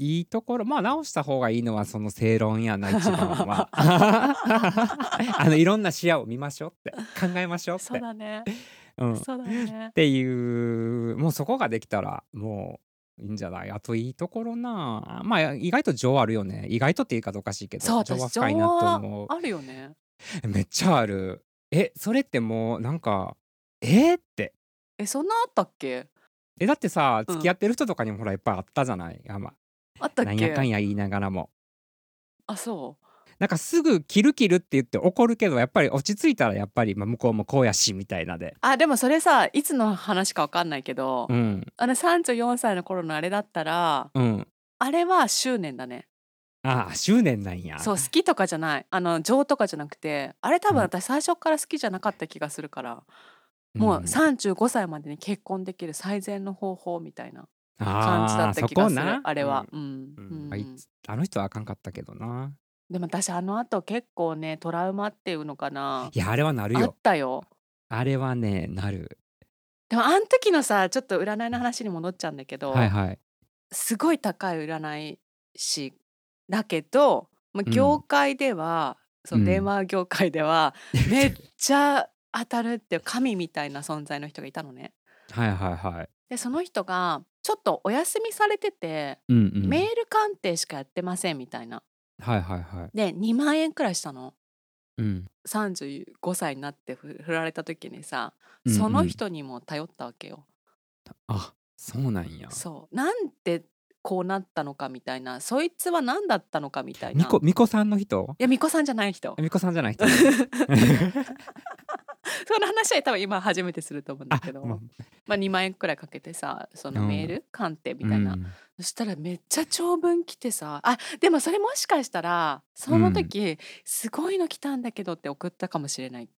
Speaker 2: いいところまあ直した方がいいのはその正論やな一番
Speaker 3: <laughs>
Speaker 2: は <laughs> あのいろんな視野を見ましょうって考えましょうっ
Speaker 3: そう
Speaker 2: て、
Speaker 3: だね
Speaker 2: うん、っ
Speaker 3: そうだね
Speaker 2: ていうもうそこができたらもういいんじゃないあといいところなまあ意外と情あるよね意外とって言い方おかしいけど
Speaker 3: そう
Speaker 2: 情は
Speaker 3: 私情
Speaker 2: 深いなと思
Speaker 3: は
Speaker 2: う
Speaker 3: あるよね
Speaker 2: めっちゃあるえそれってもうなんかえーって
Speaker 3: えそんなあったっけ
Speaker 2: えだってさ
Speaker 3: うん
Speaker 2: 付き合ってる人とかにもほらいっぱいあったじゃない、あま
Speaker 3: あった
Speaker 2: あ、
Speaker 3: っ
Speaker 2: なんやかん
Speaker 3: け
Speaker 2: や言いながらも
Speaker 3: あそう
Speaker 2: なんかすぐ「キルキル」って言って怒るけどやっぱり落ち着いたらやっぱり、まあ、向こうもこうやしみたいなで。
Speaker 3: あでもそれさいつの話かわかんないけど、
Speaker 2: うん
Speaker 3: あの34歳の頃のあれだったら
Speaker 2: うん、
Speaker 3: あれは執念だね
Speaker 2: ああ執念なんや
Speaker 3: そう好きとかじゃないあの情とかじゃなくてあれ多分
Speaker 2: うん
Speaker 3: 私最初から好きじゃなかった気がするから、
Speaker 2: うん
Speaker 3: もう35歳までに結婚できる最善の方法みたいな感じだ
Speaker 2: あ
Speaker 3: っ
Speaker 2: ー
Speaker 3: た
Speaker 2: そ
Speaker 3: 気が
Speaker 2: こ
Speaker 3: するあ
Speaker 2: な
Speaker 3: れは、う
Speaker 2: うん
Speaker 3: ん
Speaker 2: うん
Speaker 3: うん
Speaker 2: あいつあの人はあかんかったけどな
Speaker 3: でも私あの後結構ねトラウマっていうのかない
Speaker 2: やあれはなる
Speaker 3: あっ
Speaker 2: よ
Speaker 3: たよ
Speaker 2: あれはねなる
Speaker 3: でもあの時のさちょっと占いの話に戻っちゃうんだけど、
Speaker 2: はいはい
Speaker 3: すごい高い占い師だけど、ま
Speaker 2: う
Speaker 3: あ、
Speaker 2: ん
Speaker 3: 業界では、その電話業界で
Speaker 2: <laughs>
Speaker 3: は、めっちゃ当たるっていう神みたいな存在の人がいたのね。
Speaker 2: はいはいはい。
Speaker 3: でその人がちょっとお休みされてて、
Speaker 2: うんうん。
Speaker 3: メール鑑定しかやってませんみたいな。
Speaker 2: はいはいはい。
Speaker 3: で2万円くらいしたの。
Speaker 2: うん。
Speaker 3: 35歳になってふ振られた時にさ
Speaker 2: うんうん
Speaker 3: その人にも頼ったわけよ。
Speaker 2: あそうなんや。
Speaker 3: そうなんでこうなったのかみたいなそいつは何だったのかみたいな。
Speaker 2: みこ
Speaker 3: い
Speaker 2: みこさんの人？
Speaker 3: や巫女さんじゃない人
Speaker 2: みこさんじゃない人。
Speaker 3: その話は多分今初めてすると思うん <laughs> だ
Speaker 2: あ
Speaker 3: けど、
Speaker 2: まあ
Speaker 3: まあ、2万円くらいかけてさそのメール鑑定みたいな、
Speaker 2: うん
Speaker 3: そしたらめっちゃ長文来てさあでもそれもしかしたらその時、すごいの来たんだけどって送ったかもしれない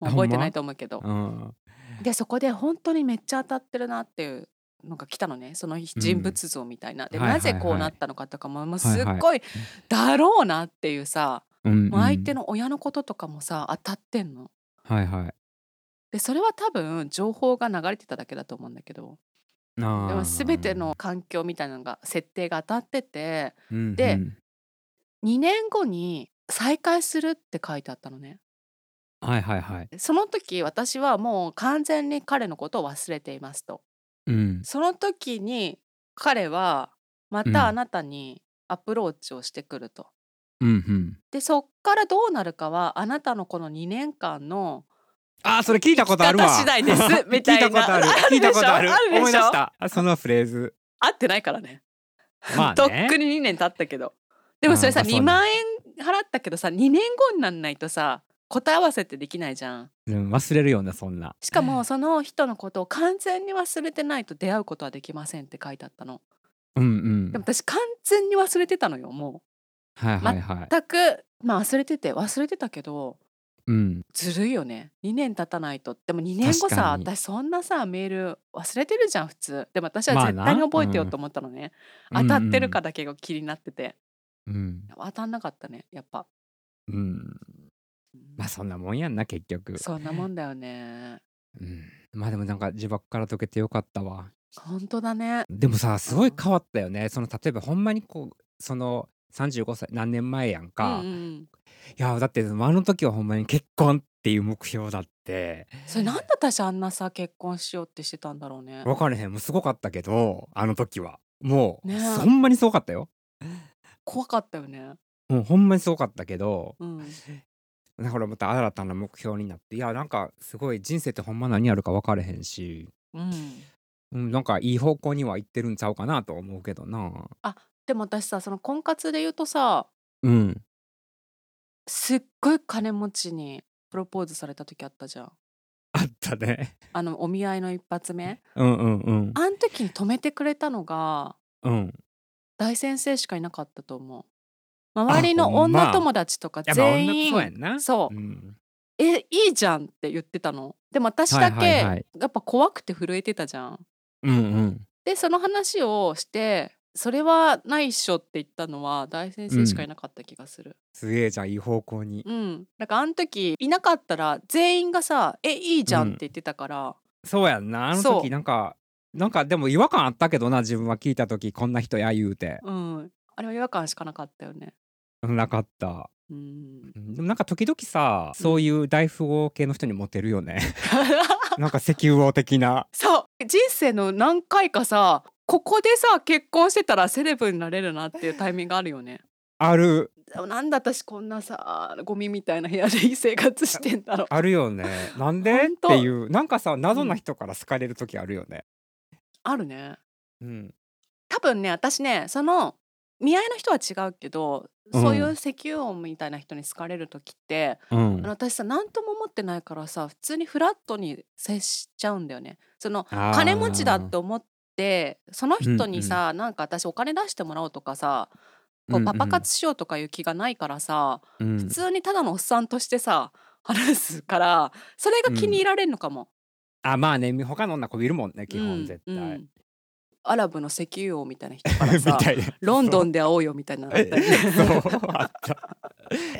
Speaker 3: もう覚えてないと思うけど、
Speaker 2: うん。
Speaker 3: でそこで本当にめっちゃ当たってるなっていうのが来たのねその人物像みたいな、で
Speaker 2: はいはい
Speaker 3: な
Speaker 2: はい
Speaker 3: ぜこうなったのかとかももうす
Speaker 2: はい
Speaker 3: っ
Speaker 2: はい
Speaker 3: ごいだろうなっていうさ、
Speaker 2: うん。
Speaker 3: もう相手の親のこととかもさ当たってんの。
Speaker 2: うん。はいはい。
Speaker 3: でそれは多分情報が流れてただけだと思うんだけど
Speaker 2: あ
Speaker 3: で
Speaker 2: ー
Speaker 3: も全ての環境みたいなのが設定が当たってて
Speaker 2: うん
Speaker 3: で
Speaker 2: うん
Speaker 3: 2年後に再会するって書いてあったのね
Speaker 2: はいはいはい。
Speaker 3: その時私はもう完全に彼のことを忘れていますと
Speaker 2: うん。
Speaker 3: その時に彼はま
Speaker 2: うん
Speaker 3: たあなたにアプローチをしてくると、
Speaker 2: うんうん。
Speaker 3: でそっからどうなるかはあなたのこの2年間の
Speaker 2: あーそれ聞いたことあるわ。
Speaker 3: 生き方次第
Speaker 2: <laughs>
Speaker 3: ですみたいな
Speaker 2: 聞いたことある。
Speaker 3: ある
Speaker 2: 聞いたことある
Speaker 3: でしょある。でしょ
Speaker 2: 思い出した。あそのフレーズ。
Speaker 3: 会ってないからね
Speaker 2: まあ
Speaker 3: <laughs> とっ
Speaker 2: ね。
Speaker 3: くに2年経ったけどでもそれさ
Speaker 2: うんあそうね
Speaker 3: 2万円払ったけどさ2年後になんないとさ答え合わせってできないじゃん
Speaker 2: うん忘れるようなそんな。
Speaker 3: しかもその人のことを完全に忘れてないと出会うことはできませんって書いてあったの
Speaker 2: うんうん
Speaker 3: でも。私完全に忘れてたのよも
Speaker 2: はいはいは
Speaker 3: う
Speaker 2: い。
Speaker 3: 全くまあ忘れてて忘れてたけど
Speaker 2: うん。
Speaker 3: ずるいよね2年経たないとでも2年後
Speaker 2: 確か
Speaker 3: さ
Speaker 2: に
Speaker 3: 私そんなさメール忘れてるじゃん普通でも私
Speaker 2: ま
Speaker 3: は
Speaker 2: あ
Speaker 3: 絶
Speaker 2: な
Speaker 3: 対に覚えてようと思ったのね、当たってるかだけが気になってて
Speaker 2: うん。
Speaker 3: 当たんなかったねやっぱ、
Speaker 2: うん。うん
Speaker 3: うん
Speaker 2: まあそんなもんやんな結局。
Speaker 3: そんなもんだよね
Speaker 2: うん。まあでもなんか自爆から解けてよかったわ。
Speaker 3: 本当だね
Speaker 2: でもさすごい変わったよね。その例えばほんまにこうその35歳何年前やんか。
Speaker 3: うんう
Speaker 2: い
Speaker 3: ん
Speaker 2: やだってあの時はほんまに結婚っていう目標だって
Speaker 3: うん、それなんで私あんなさ結婚しようってしてたんだろうね
Speaker 2: 分かれへんもうすごかったけどあの時はもう、
Speaker 3: ねえ
Speaker 2: ほんまにすごかったよ。
Speaker 3: 怖かったよね
Speaker 2: もうほんまにすごかったけど
Speaker 3: うん
Speaker 2: <laughs> だからまた新たな目標になっていやなんかすごい人生ってほんま何やるか分かれへんし、
Speaker 3: うん
Speaker 2: うん、なんかいい方向には行ってるんちゃうかなと思うけどな。
Speaker 3: でも私さその婚活で言うとさ
Speaker 2: うん、
Speaker 3: すっごい金持ちにプロポーズされた時あったじゃん
Speaker 2: あったね。
Speaker 3: あのお見合いの一発目
Speaker 2: うんうんうん
Speaker 3: あん時に止めてくれたのが
Speaker 2: うん。
Speaker 3: 大先生しかいなかったと思う周りの
Speaker 2: ほんま
Speaker 3: 女友達とか
Speaker 2: いやまあ
Speaker 3: 全員、
Speaker 2: 女っぽいやんな。
Speaker 3: そう、
Speaker 2: ん
Speaker 3: えいいじゃんって言ってたのでも私だ
Speaker 2: はいはいは
Speaker 3: け
Speaker 2: い
Speaker 3: やっぱ怖くて震えてたじゃん
Speaker 2: うんうん。
Speaker 3: でその話をしてそれはないっしょって言ったのは大先生しかいなかった気がする
Speaker 2: すげえじゃんいい方向に。
Speaker 3: うん、だからあの時いなかったら全員がさえいいじゃんって言ってたから、
Speaker 2: そうやんなあの
Speaker 3: そう
Speaker 2: 時なんかなんかでも違和感あったけどな自分は聞いた時こんな人や言うて
Speaker 3: うんあれは違和感しかなかったよね
Speaker 2: なかった。
Speaker 3: うん
Speaker 2: うんでもなんか時々さそういう大富豪系の人にモテるよ
Speaker 3: <laughs>
Speaker 2: ね。なんか石油王的な。
Speaker 3: そう人生の何回かさここでさ結婚してたらセレブになれるなっていうタイミングあるよね。
Speaker 2: ある
Speaker 3: なんで私こんなさゴミみたいな部屋でいい生活してんだろう。
Speaker 2: あるよね。なんで
Speaker 3: ほん
Speaker 2: っ
Speaker 3: と
Speaker 2: ていうなんかさ謎な人から好かれる時あるよね。
Speaker 3: あるね。
Speaker 2: うん。
Speaker 3: 多分ね私ねその見合いの人は違うけど
Speaker 2: うん
Speaker 3: そういう石油王みたいな人に好かれる時って、
Speaker 2: う
Speaker 3: あの
Speaker 2: ん。
Speaker 3: 私さ何とも思ってないからさ普通にフラットに接しちゃうんだよね。その
Speaker 2: あー
Speaker 3: 金持ちだと思ってその人にさ、なんか私お金出してもらおうとかさこ
Speaker 2: うんう
Speaker 3: うんパパ活しようとかいう気がないからさ、
Speaker 2: うん
Speaker 3: 普通にただのおっさんとしてさ <laughs> 話すからそれが気に入られるのかも、
Speaker 2: あまあね他の女こびるもんね基
Speaker 3: う
Speaker 2: 本
Speaker 3: ん
Speaker 2: 絶
Speaker 3: う
Speaker 2: 対。
Speaker 3: んアラブの石油王みたいな人から
Speaker 2: <laughs>
Speaker 3: さ
Speaker 2: いな。
Speaker 3: ロンドンで会おうよみたいなのあったりね
Speaker 2: そうあった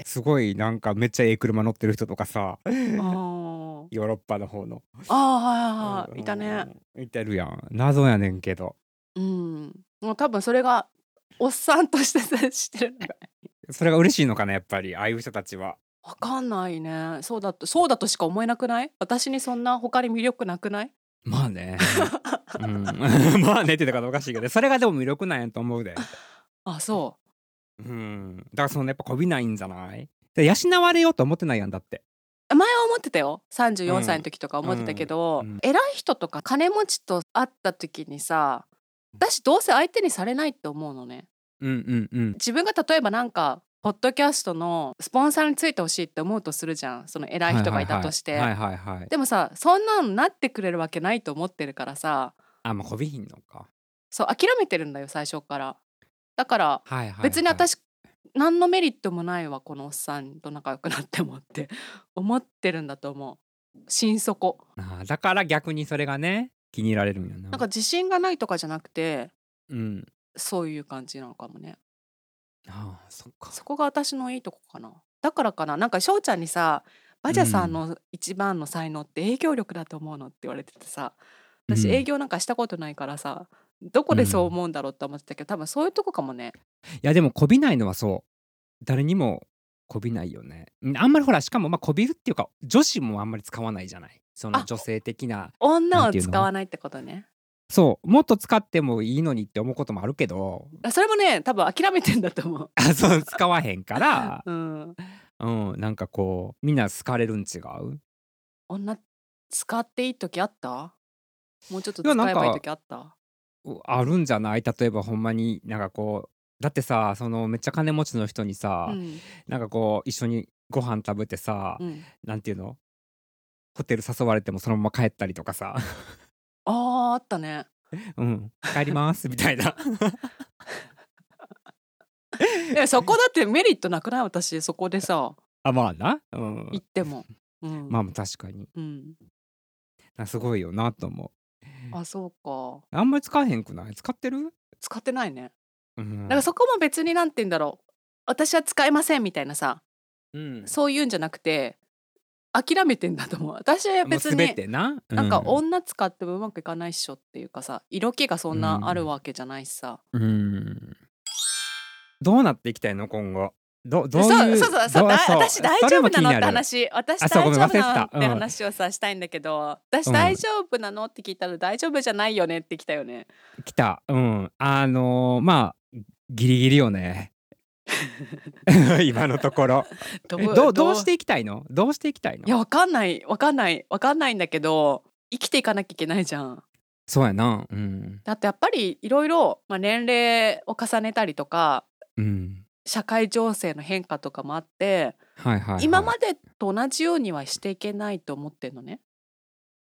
Speaker 2: すごいなんかめっちゃええ車乗ってる人とかさ
Speaker 3: あー
Speaker 2: ヨーロッパの方の
Speaker 3: あーはいはいは
Speaker 2: うん
Speaker 3: いいたね
Speaker 2: いてるやん謎やねんけど
Speaker 3: うんもう多分それがおっさんとして接してるのが
Speaker 2: それが嬉しいのかなやっぱりああいう人たちは
Speaker 3: わかんないねそうだとそうだとしか思えなくない私にそんな他に魅力なくない
Speaker 2: ま
Speaker 3: <laughs>
Speaker 2: あね、うん <laughs> まあねって言ったからおかしいけどそれがでも魅力なんやと思うで
Speaker 3: あそ
Speaker 2: うんだからそのやっぱこびないんじゃないで養われようと思ってないやんだって
Speaker 3: う前は思ってたよ34歳の時とか思ってたけど、
Speaker 2: うんうん
Speaker 3: 偉い人とか金持ちと会った時にさ私どうせ相手にされないって思うのね
Speaker 2: うんうんうん
Speaker 3: 自分が例えばなんかポッドキャストのスポンサーについてほしいって思うとするじゃんその偉い人がいたとして、
Speaker 2: はいはいはい、はいはい、
Speaker 3: でもさそんなのなってくれるわけないと思ってるからさ
Speaker 2: あまあこびひんのか
Speaker 3: そう諦めてるんだよ最初からだから
Speaker 2: はいはい、はい、
Speaker 3: 別に私、何のメリットもないわこのおっさんと仲良くなってもって <laughs> 思ってるんだと思う心底
Speaker 2: あーだから逆にそれがね気に入られるんや
Speaker 3: なん
Speaker 2: な
Speaker 3: か自信がないとかじゃなくて
Speaker 2: うん
Speaker 3: そういう感じなのかもね
Speaker 2: ああそっか
Speaker 3: そこが私のいいとこかなだからかななんか翔ちゃんにさバジャさんの一番の才能って営業力だと思うのって言われててさ私
Speaker 2: うん
Speaker 3: 営業なんかしたことないからさ、どこでそう思うんだろうって思ってたけど多分そういうとこかもね
Speaker 2: いやでもこびないのはそう誰にもこびないよねうんあんまりほらしかもまあこびるっていうか女子もあんまり使わないじゃないその
Speaker 3: あ
Speaker 2: 女性的な
Speaker 3: 女
Speaker 2: な
Speaker 3: を
Speaker 2: んていうの
Speaker 3: 使わないってことね
Speaker 2: そうもっと使ってもいいのにって思うこともあるけど
Speaker 3: あそれもね多分諦めてんだと思う
Speaker 2: あそう使わへん <laughs> から、
Speaker 3: うん
Speaker 2: うん、なんかこうみんな好かれるん違う
Speaker 3: 女使っていい時あったもうちょっと
Speaker 2: いやなん
Speaker 3: 使え
Speaker 2: か
Speaker 3: ばいい時あった
Speaker 2: うあるんじゃない例えばほんまになんかこうだってさそのめっちゃ金持ちの人にさ、
Speaker 3: うん
Speaker 2: なんかこう一緒にご飯食べてさ、
Speaker 3: うん、
Speaker 2: なんていうのホテル誘われてもそのまま帰ったりとかさ「
Speaker 3: あーあったね
Speaker 2: うん帰
Speaker 3: <laughs>
Speaker 2: ります」みたいな
Speaker 3: えそこだってメリットなくない私そこでさ
Speaker 2: あまあな、うん
Speaker 3: 行っても、うん
Speaker 2: まあ確かに
Speaker 3: うん、
Speaker 2: あすごいよなと思
Speaker 3: あそうか
Speaker 2: うあんまり使わへんくない使ってる、
Speaker 3: 使ってないね
Speaker 2: うん
Speaker 3: だからそこも別になんて言うんだろう私は使えませんみたいなさ
Speaker 2: うん
Speaker 3: そういうんじゃなくて諦めてんだと思う私は
Speaker 2: もう
Speaker 3: 別
Speaker 2: 全
Speaker 3: に
Speaker 2: てな
Speaker 3: なんか
Speaker 2: う
Speaker 3: 女使ってもうまくいかないっしょっていうかさ色気がそんなあるわけじゃないしさ、
Speaker 2: うんどうなっていきたいの今後どどう
Speaker 3: そ
Speaker 2: いう
Speaker 3: うそうそうそうだ
Speaker 2: どう
Speaker 3: 私大
Speaker 2: そ
Speaker 3: 丈
Speaker 2: れ
Speaker 3: 夫
Speaker 2: も気
Speaker 3: なのって
Speaker 2: になる
Speaker 3: 話私
Speaker 2: あそう
Speaker 3: 大
Speaker 2: ごめ
Speaker 3: 丈
Speaker 2: ん
Speaker 3: 夫なのっ
Speaker 2: 忘れてた
Speaker 3: て
Speaker 2: うん
Speaker 3: 話をさしたいんだけど私
Speaker 2: うん
Speaker 3: 大丈夫なのって聞いたら大丈夫じゃないよねってきたよね
Speaker 2: 来たうんあのーまあギリギリ
Speaker 3: <laughs>
Speaker 2: よね <laughs> 今のところ
Speaker 3: ど
Speaker 2: えどうどうしていきたいのどうしていきたい
Speaker 3: いや
Speaker 2: の
Speaker 3: わかんないわかんないわかんないんだけど生きていかなきゃいけないじゃん
Speaker 2: そうやなうん
Speaker 3: だってやっぱりいろいろまあ年齢を重ねたりとか
Speaker 2: うん
Speaker 3: 社会情勢の変化とかもあって
Speaker 2: はいはい、はい、
Speaker 3: 今までと同じようにはしていけないと思ってるのね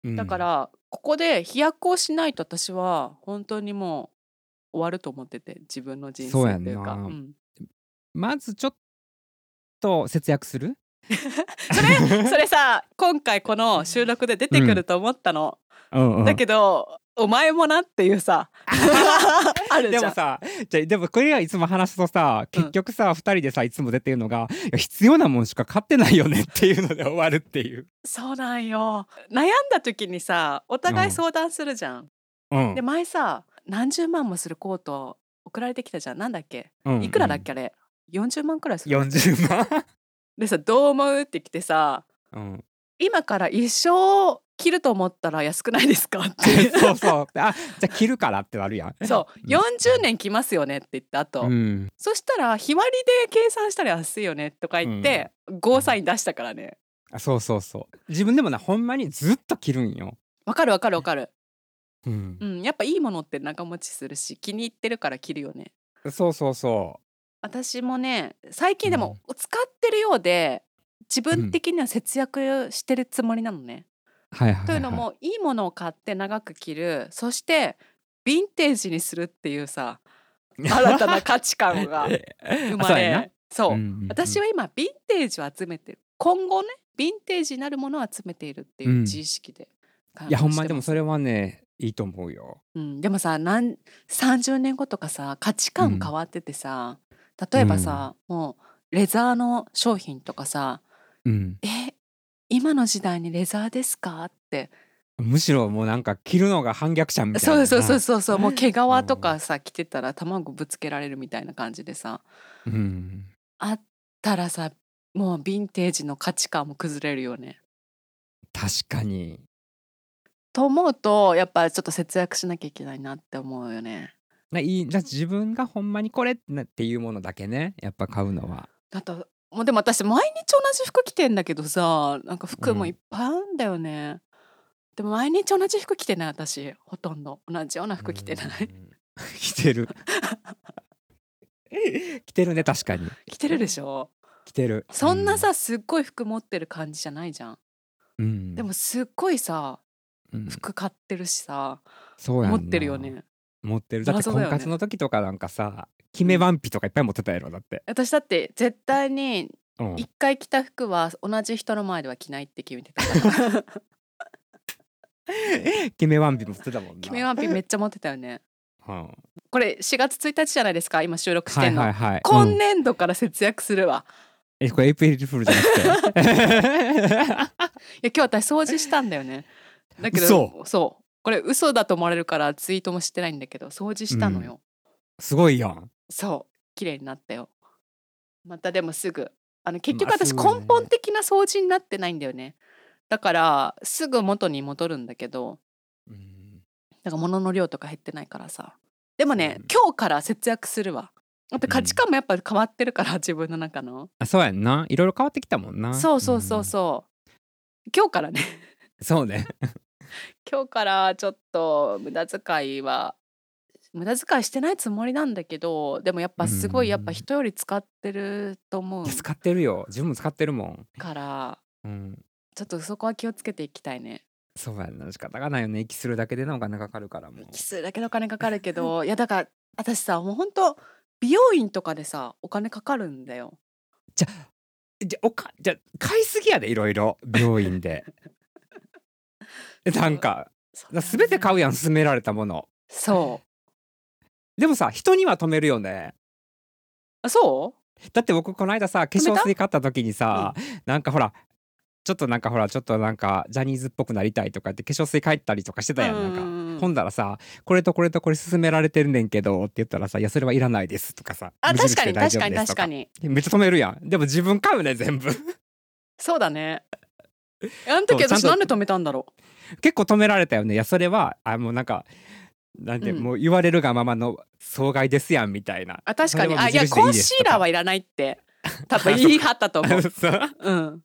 Speaker 2: で
Speaker 3: だからここで飛躍をしないと私は本当にもう終わると思ってて自分の人
Speaker 2: そうや
Speaker 3: 生
Speaker 2: ん
Speaker 3: と
Speaker 2: な
Speaker 3: いうかうん
Speaker 2: まずちょっと節約する
Speaker 3: そ
Speaker 2: <laughs>
Speaker 3: れそれさ今回この収録で出てくると思ったの、
Speaker 2: うんうん
Speaker 3: だけどお前もなっていう
Speaker 2: <laughs>
Speaker 3: さあるじ
Speaker 2: で
Speaker 3: ゃん
Speaker 2: もさじゃあでもこれがいつも話すとさ結局さ、二人でさいつも出てるのがいや必要なもんしか買ってないよねっていうので終わるっていう、
Speaker 3: そうなんよ悩んだ時にさお互い相談するじゃん、
Speaker 2: うん
Speaker 3: で前さ何十万もするコート送られてきたじゃんなんだっけ
Speaker 2: うんうん
Speaker 3: いくらだっけあれ40万くらいする
Speaker 2: 40万、
Speaker 3: でさどう思うって来てさ
Speaker 2: うん、
Speaker 3: 今から一生着ると思ったら安くないですかっ
Speaker 2: <laughs> そ
Speaker 3: て
Speaker 2: うそうあじゃあ着るからってなるやん
Speaker 3: そう40年着ますよねって言った後、
Speaker 2: うん、
Speaker 3: そしたら日割りで計算したら安いよねとか言って、ゴーサイン出したからね
Speaker 2: あそうそうそう自分でもなほんまにずっと着るんよ、
Speaker 3: わかるわかるわかる
Speaker 2: うん
Speaker 3: う、んやっぱいいものって長持ちするし気に入ってるから着るよね
Speaker 2: そうそうそ
Speaker 3: 私もね最近でも使ってるようで自分的には節約してるつもりなのね、
Speaker 2: うはいはい、はい、
Speaker 3: というのもいいものを買って長く着るそしてヴィンテージにするっていう
Speaker 2: <laughs>
Speaker 3: さ新たな価値観が生ま
Speaker 2: そうやな
Speaker 3: れそう
Speaker 2: うんうんうん
Speaker 3: 私は今ヴィンテージを集めてる今後ねヴィンテージになるものを集めているっていう
Speaker 2: うん
Speaker 3: 自意識で、
Speaker 2: いやほんまにでもそ
Speaker 3: れ、
Speaker 2: れはねいいと思うよ
Speaker 3: うん、でもさなん30年後とかさ価値観変わっててさ、例えばさ、もうレザーの商品とかさ
Speaker 2: うん
Speaker 3: 「え今の時代にレザーですか?」って
Speaker 2: むしろもうなんか着るのが反逆者みたいな
Speaker 3: そうそうそう
Speaker 2: う、
Speaker 3: そうそうもう毛皮とかさ着てたら卵ぶつけられるみたいな感じでさ
Speaker 2: うん、
Speaker 3: あったらさもうヴィンテージの価値観も崩れるよね。
Speaker 2: 確かに
Speaker 3: と思うとやっぱちょっと節約しなきゃいけないなって思うよね。
Speaker 2: ないいだって自分がほんまにこれっていうものだけねやっぱ買うのは
Speaker 3: だともうでも私毎日同じ服着てんだけどさなんか服もいっぱいあんだよね。でも毎日同じ服着てない私ほとんど同じような服着てない。
Speaker 2: うん着てる着てるね確かに
Speaker 3: <laughs> 着てるでしょ
Speaker 2: 着てる
Speaker 3: そんなさ、すっごい服持ってる感じじゃないじゃん。
Speaker 2: うん、うん
Speaker 3: でも、すっごいさ
Speaker 2: うん
Speaker 3: 服買ってるしさ、
Speaker 2: そうやん
Speaker 3: 持
Speaker 2: な
Speaker 3: ってるよね。
Speaker 2: 持ってるだって
Speaker 3: 謎だよね
Speaker 2: 婚活の時とかなんかさ決めワンピとかいっぱい持ってたやろだって、
Speaker 3: 私だって絶対に
Speaker 2: うん、
Speaker 3: 一回着た服は同じ人の前では着ないって決めて
Speaker 2: <laughs>
Speaker 3: たから
Speaker 2: 決めワンピ持ってたもんな
Speaker 3: 決めワンピめっちゃ持ってたよね
Speaker 2: うん
Speaker 3: これ4月1日じゃないですか今収録し
Speaker 2: は
Speaker 3: て
Speaker 2: い
Speaker 3: んの、
Speaker 2: はいはい
Speaker 3: 今
Speaker 2: うん
Speaker 3: 年度から節約するわ、
Speaker 2: えこれエイプリルフールじゃなくて
Speaker 3: いや今日私掃除したんだよ
Speaker 2: <laughs>
Speaker 3: ねだけど
Speaker 2: 嘘
Speaker 3: そうこれ嘘だと思われるからツイートもしてないんだけど掃除したのよ、
Speaker 2: すごいやん
Speaker 3: そう綺麗になったよまたでもすぐあの結局
Speaker 2: まあ
Speaker 3: 私
Speaker 2: す
Speaker 3: 根
Speaker 2: ぐね
Speaker 3: 本的な掃除になってないんだよねだからすぐ元に戻るんだけど
Speaker 2: うん
Speaker 3: だから物の量とか減ってないからさでもね、
Speaker 2: うん
Speaker 3: 今日から節約するわあと価値観もやっぱ変わってるから、自分の中の
Speaker 2: あそうやんないろいろ変わってきたもんな
Speaker 3: そうそうそうそう、今日からね
Speaker 2: うんそうね
Speaker 3: 今日からちょっと無駄遣いは無駄遣いしてないつもりなんだけどでもやっぱすごいやっぱ人より使ってると思う
Speaker 2: 使ってるよ自分も使ってるもん
Speaker 3: から
Speaker 2: うん
Speaker 3: ちょっとそこは気をつけていきたい
Speaker 2: <laughs>
Speaker 3: ね
Speaker 2: そうやんな仕方がないよね息するだけでなお金かかるからもう
Speaker 3: 奇数だけどお金かかるけどいやだから私さもうほんと美容院とかでさお金かかるんだよ
Speaker 2: じゃじゃおかじゃ買いすぎやでいろいろ病院
Speaker 3: <laughs>
Speaker 2: でなんか全て買うやん勧められたもの
Speaker 3: そう
Speaker 2: でもさ人には止めるよね
Speaker 3: あそう
Speaker 2: だって僕この間さ化
Speaker 3: めた
Speaker 2: 粧水買った時にさ、なんかほらちょっとなんかほらちょっとなんかジャニーズっぽくなりたいとかって化粧水買ったりとかしてたやん,、
Speaker 3: う
Speaker 2: なんか
Speaker 3: ん
Speaker 2: ほんだらさこれとこれとこれ勧められてるねんけどって言ったらさ「いやそれはいらないです」とかさ
Speaker 3: あ
Speaker 2: 無
Speaker 3: 確
Speaker 2: 印
Speaker 3: か
Speaker 2: で
Speaker 3: に
Speaker 2: 大
Speaker 3: 確
Speaker 2: 丈
Speaker 3: か
Speaker 2: 夫
Speaker 3: に
Speaker 2: です
Speaker 3: 確か
Speaker 2: と
Speaker 3: に
Speaker 2: めっちゃ止めるやんでも自分買うね全部 <laughs>
Speaker 3: そうだねあの時
Speaker 2: そうちゃん
Speaker 3: 私
Speaker 2: と
Speaker 3: なんで止めたんだろ
Speaker 2: 結構止められたよねいやそれはあもうなんかなんて、
Speaker 3: うん
Speaker 2: もう言われるがままの損害ですやんみたいな
Speaker 3: うあ確かに
Speaker 2: それは
Speaker 3: あいや
Speaker 2: 無印で
Speaker 3: コ
Speaker 2: いい
Speaker 3: ン
Speaker 2: です
Speaker 3: シー
Speaker 2: と
Speaker 3: ラ
Speaker 2: か
Speaker 3: ーはいらない
Speaker 2: <laughs>
Speaker 3: って多分言い張ったと思う
Speaker 2: そう
Speaker 3: うん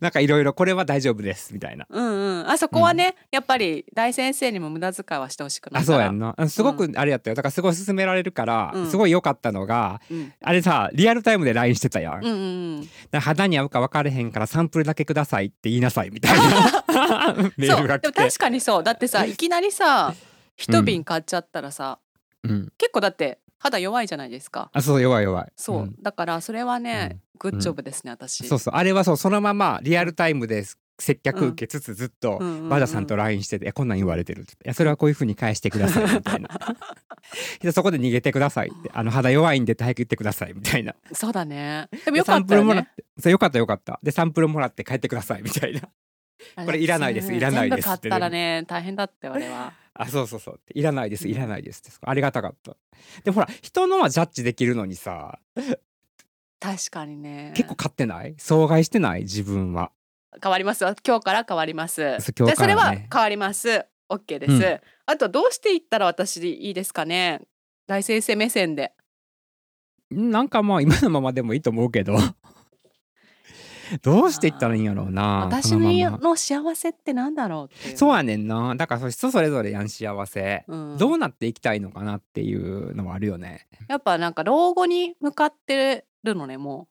Speaker 2: なんかいろいろこれは大丈夫ですみたいな
Speaker 3: うんうんあそこはね、やっぱり大先生にも無駄遣いはしてほしくな
Speaker 2: あ
Speaker 3: いか
Speaker 2: そう
Speaker 3: ら
Speaker 2: やんなあすごくあれやったよだからすごい勧められるから、
Speaker 3: うん
Speaker 2: すごい良かったのが
Speaker 3: うん
Speaker 2: あれさリアルタイムで LINE してたやん、だ
Speaker 3: う
Speaker 2: か
Speaker 3: んうん
Speaker 2: ら肌に合うか分かれへんからサンプルだけくださいって言いなさいみたいな
Speaker 3: <laughs>
Speaker 2: <laughs>
Speaker 3: うん、
Speaker 2: <laughs> メ
Speaker 3: そ
Speaker 2: ー
Speaker 3: うでも
Speaker 2: ルが来て
Speaker 3: 確かにそうだって
Speaker 2: <laughs>
Speaker 3: さいきなりさ一瓶買っちゃったらさ、
Speaker 2: うん、
Speaker 3: 結構だって肌弱いじゃないですか
Speaker 2: あそう弱い弱い
Speaker 3: そう、
Speaker 2: ん
Speaker 3: だからそれはね、グッジョブですね、私
Speaker 2: そうそうあれはそうそのままリアルタイムで接客受けつつずっと、
Speaker 3: うんうんうん
Speaker 2: バダさんと LINE してて「いやこんなん言われてる」って「いやそれはこういうふうに返してください」
Speaker 3: <laughs>
Speaker 2: みたいな「でそこで逃げてください」って「あの肌弱いんで早く言ってください」みたいな
Speaker 3: そうだねで
Speaker 2: 「
Speaker 3: もよか
Speaker 2: サ
Speaker 3: っ
Speaker 2: ン
Speaker 3: た
Speaker 2: プル
Speaker 3: よ
Speaker 2: もらっ
Speaker 3: ね
Speaker 2: てそうよかったよかった」でサンプルもらって帰ってくださいみたいな <laughs>
Speaker 3: あ
Speaker 2: これいらないです
Speaker 3: 全部
Speaker 2: いらないです
Speaker 3: 全部買ったらね大変だったよあれは
Speaker 2: 「あそうそうそう」いらないですいらないです」ってありがたかったでほら人のはジャッジできるのにさ
Speaker 3: 確かにね
Speaker 2: 結構買ってない障害してない自分は
Speaker 3: 変わりますわ今日から変わります
Speaker 2: そう今日からね
Speaker 3: じゃあそれは変わります OK です、
Speaker 2: うん
Speaker 3: あとどうしていったら私でいいですかね大先生目線で
Speaker 2: なんかまあ今のままでもいいと思う
Speaker 3: <laughs>
Speaker 2: けどどうしていったらいいんやろうな
Speaker 3: 私
Speaker 2: こ
Speaker 3: の
Speaker 2: のまま
Speaker 3: の幸せってなんだろうっていう
Speaker 2: そう
Speaker 3: う、
Speaker 2: やねんなだからそう人それぞれやん幸せ、
Speaker 3: うん、
Speaker 2: どうなっていきたいのかなっていうのはあるよね
Speaker 3: やっぱなんか老後に向かってるのねも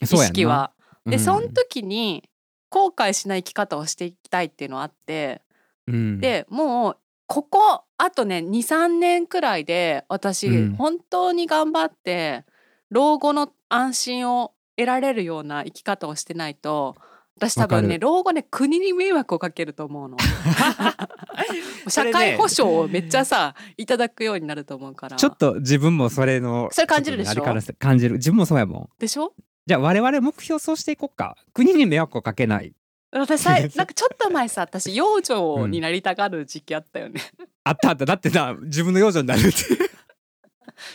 Speaker 3: う意
Speaker 2: そうやんな
Speaker 3: 識はで、
Speaker 2: うん
Speaker 3: その時に後悔しない生き方をしていきたいっていうのはあって
Speaker 2: うん
Speaker 3: でもうここあとね23年くらいで私、
Speaker 2: うん
Speaker 3: 本当に頑張って老後の安心を得られるような生き方をしてないと私多分
Speaker 2: わか
Speaker 3: ね
Speaker 2: る
Speaker 3: 老後ね国に迷惑をかけると
Speaker 2: <laughs>
Speaker 3: 思うの社会保障をめっちゃさいただくようになると思うから
Speaker 2: ちょっと自分もそれの
Speaker 3: それ感じるでしょ
Speaker 2: ちっとねあれから感じる自分もそうやもん
Speaker 3: でしょ
Speaker 2: <laughs> じゃあ我々目標そうしていこうか国に迷惑をかけない
Speaker 3: 私さなんかちょっと前さ私養女になりたがる時期あったよね、
Speaker 2: あったあっただってな自分の養女になるっていう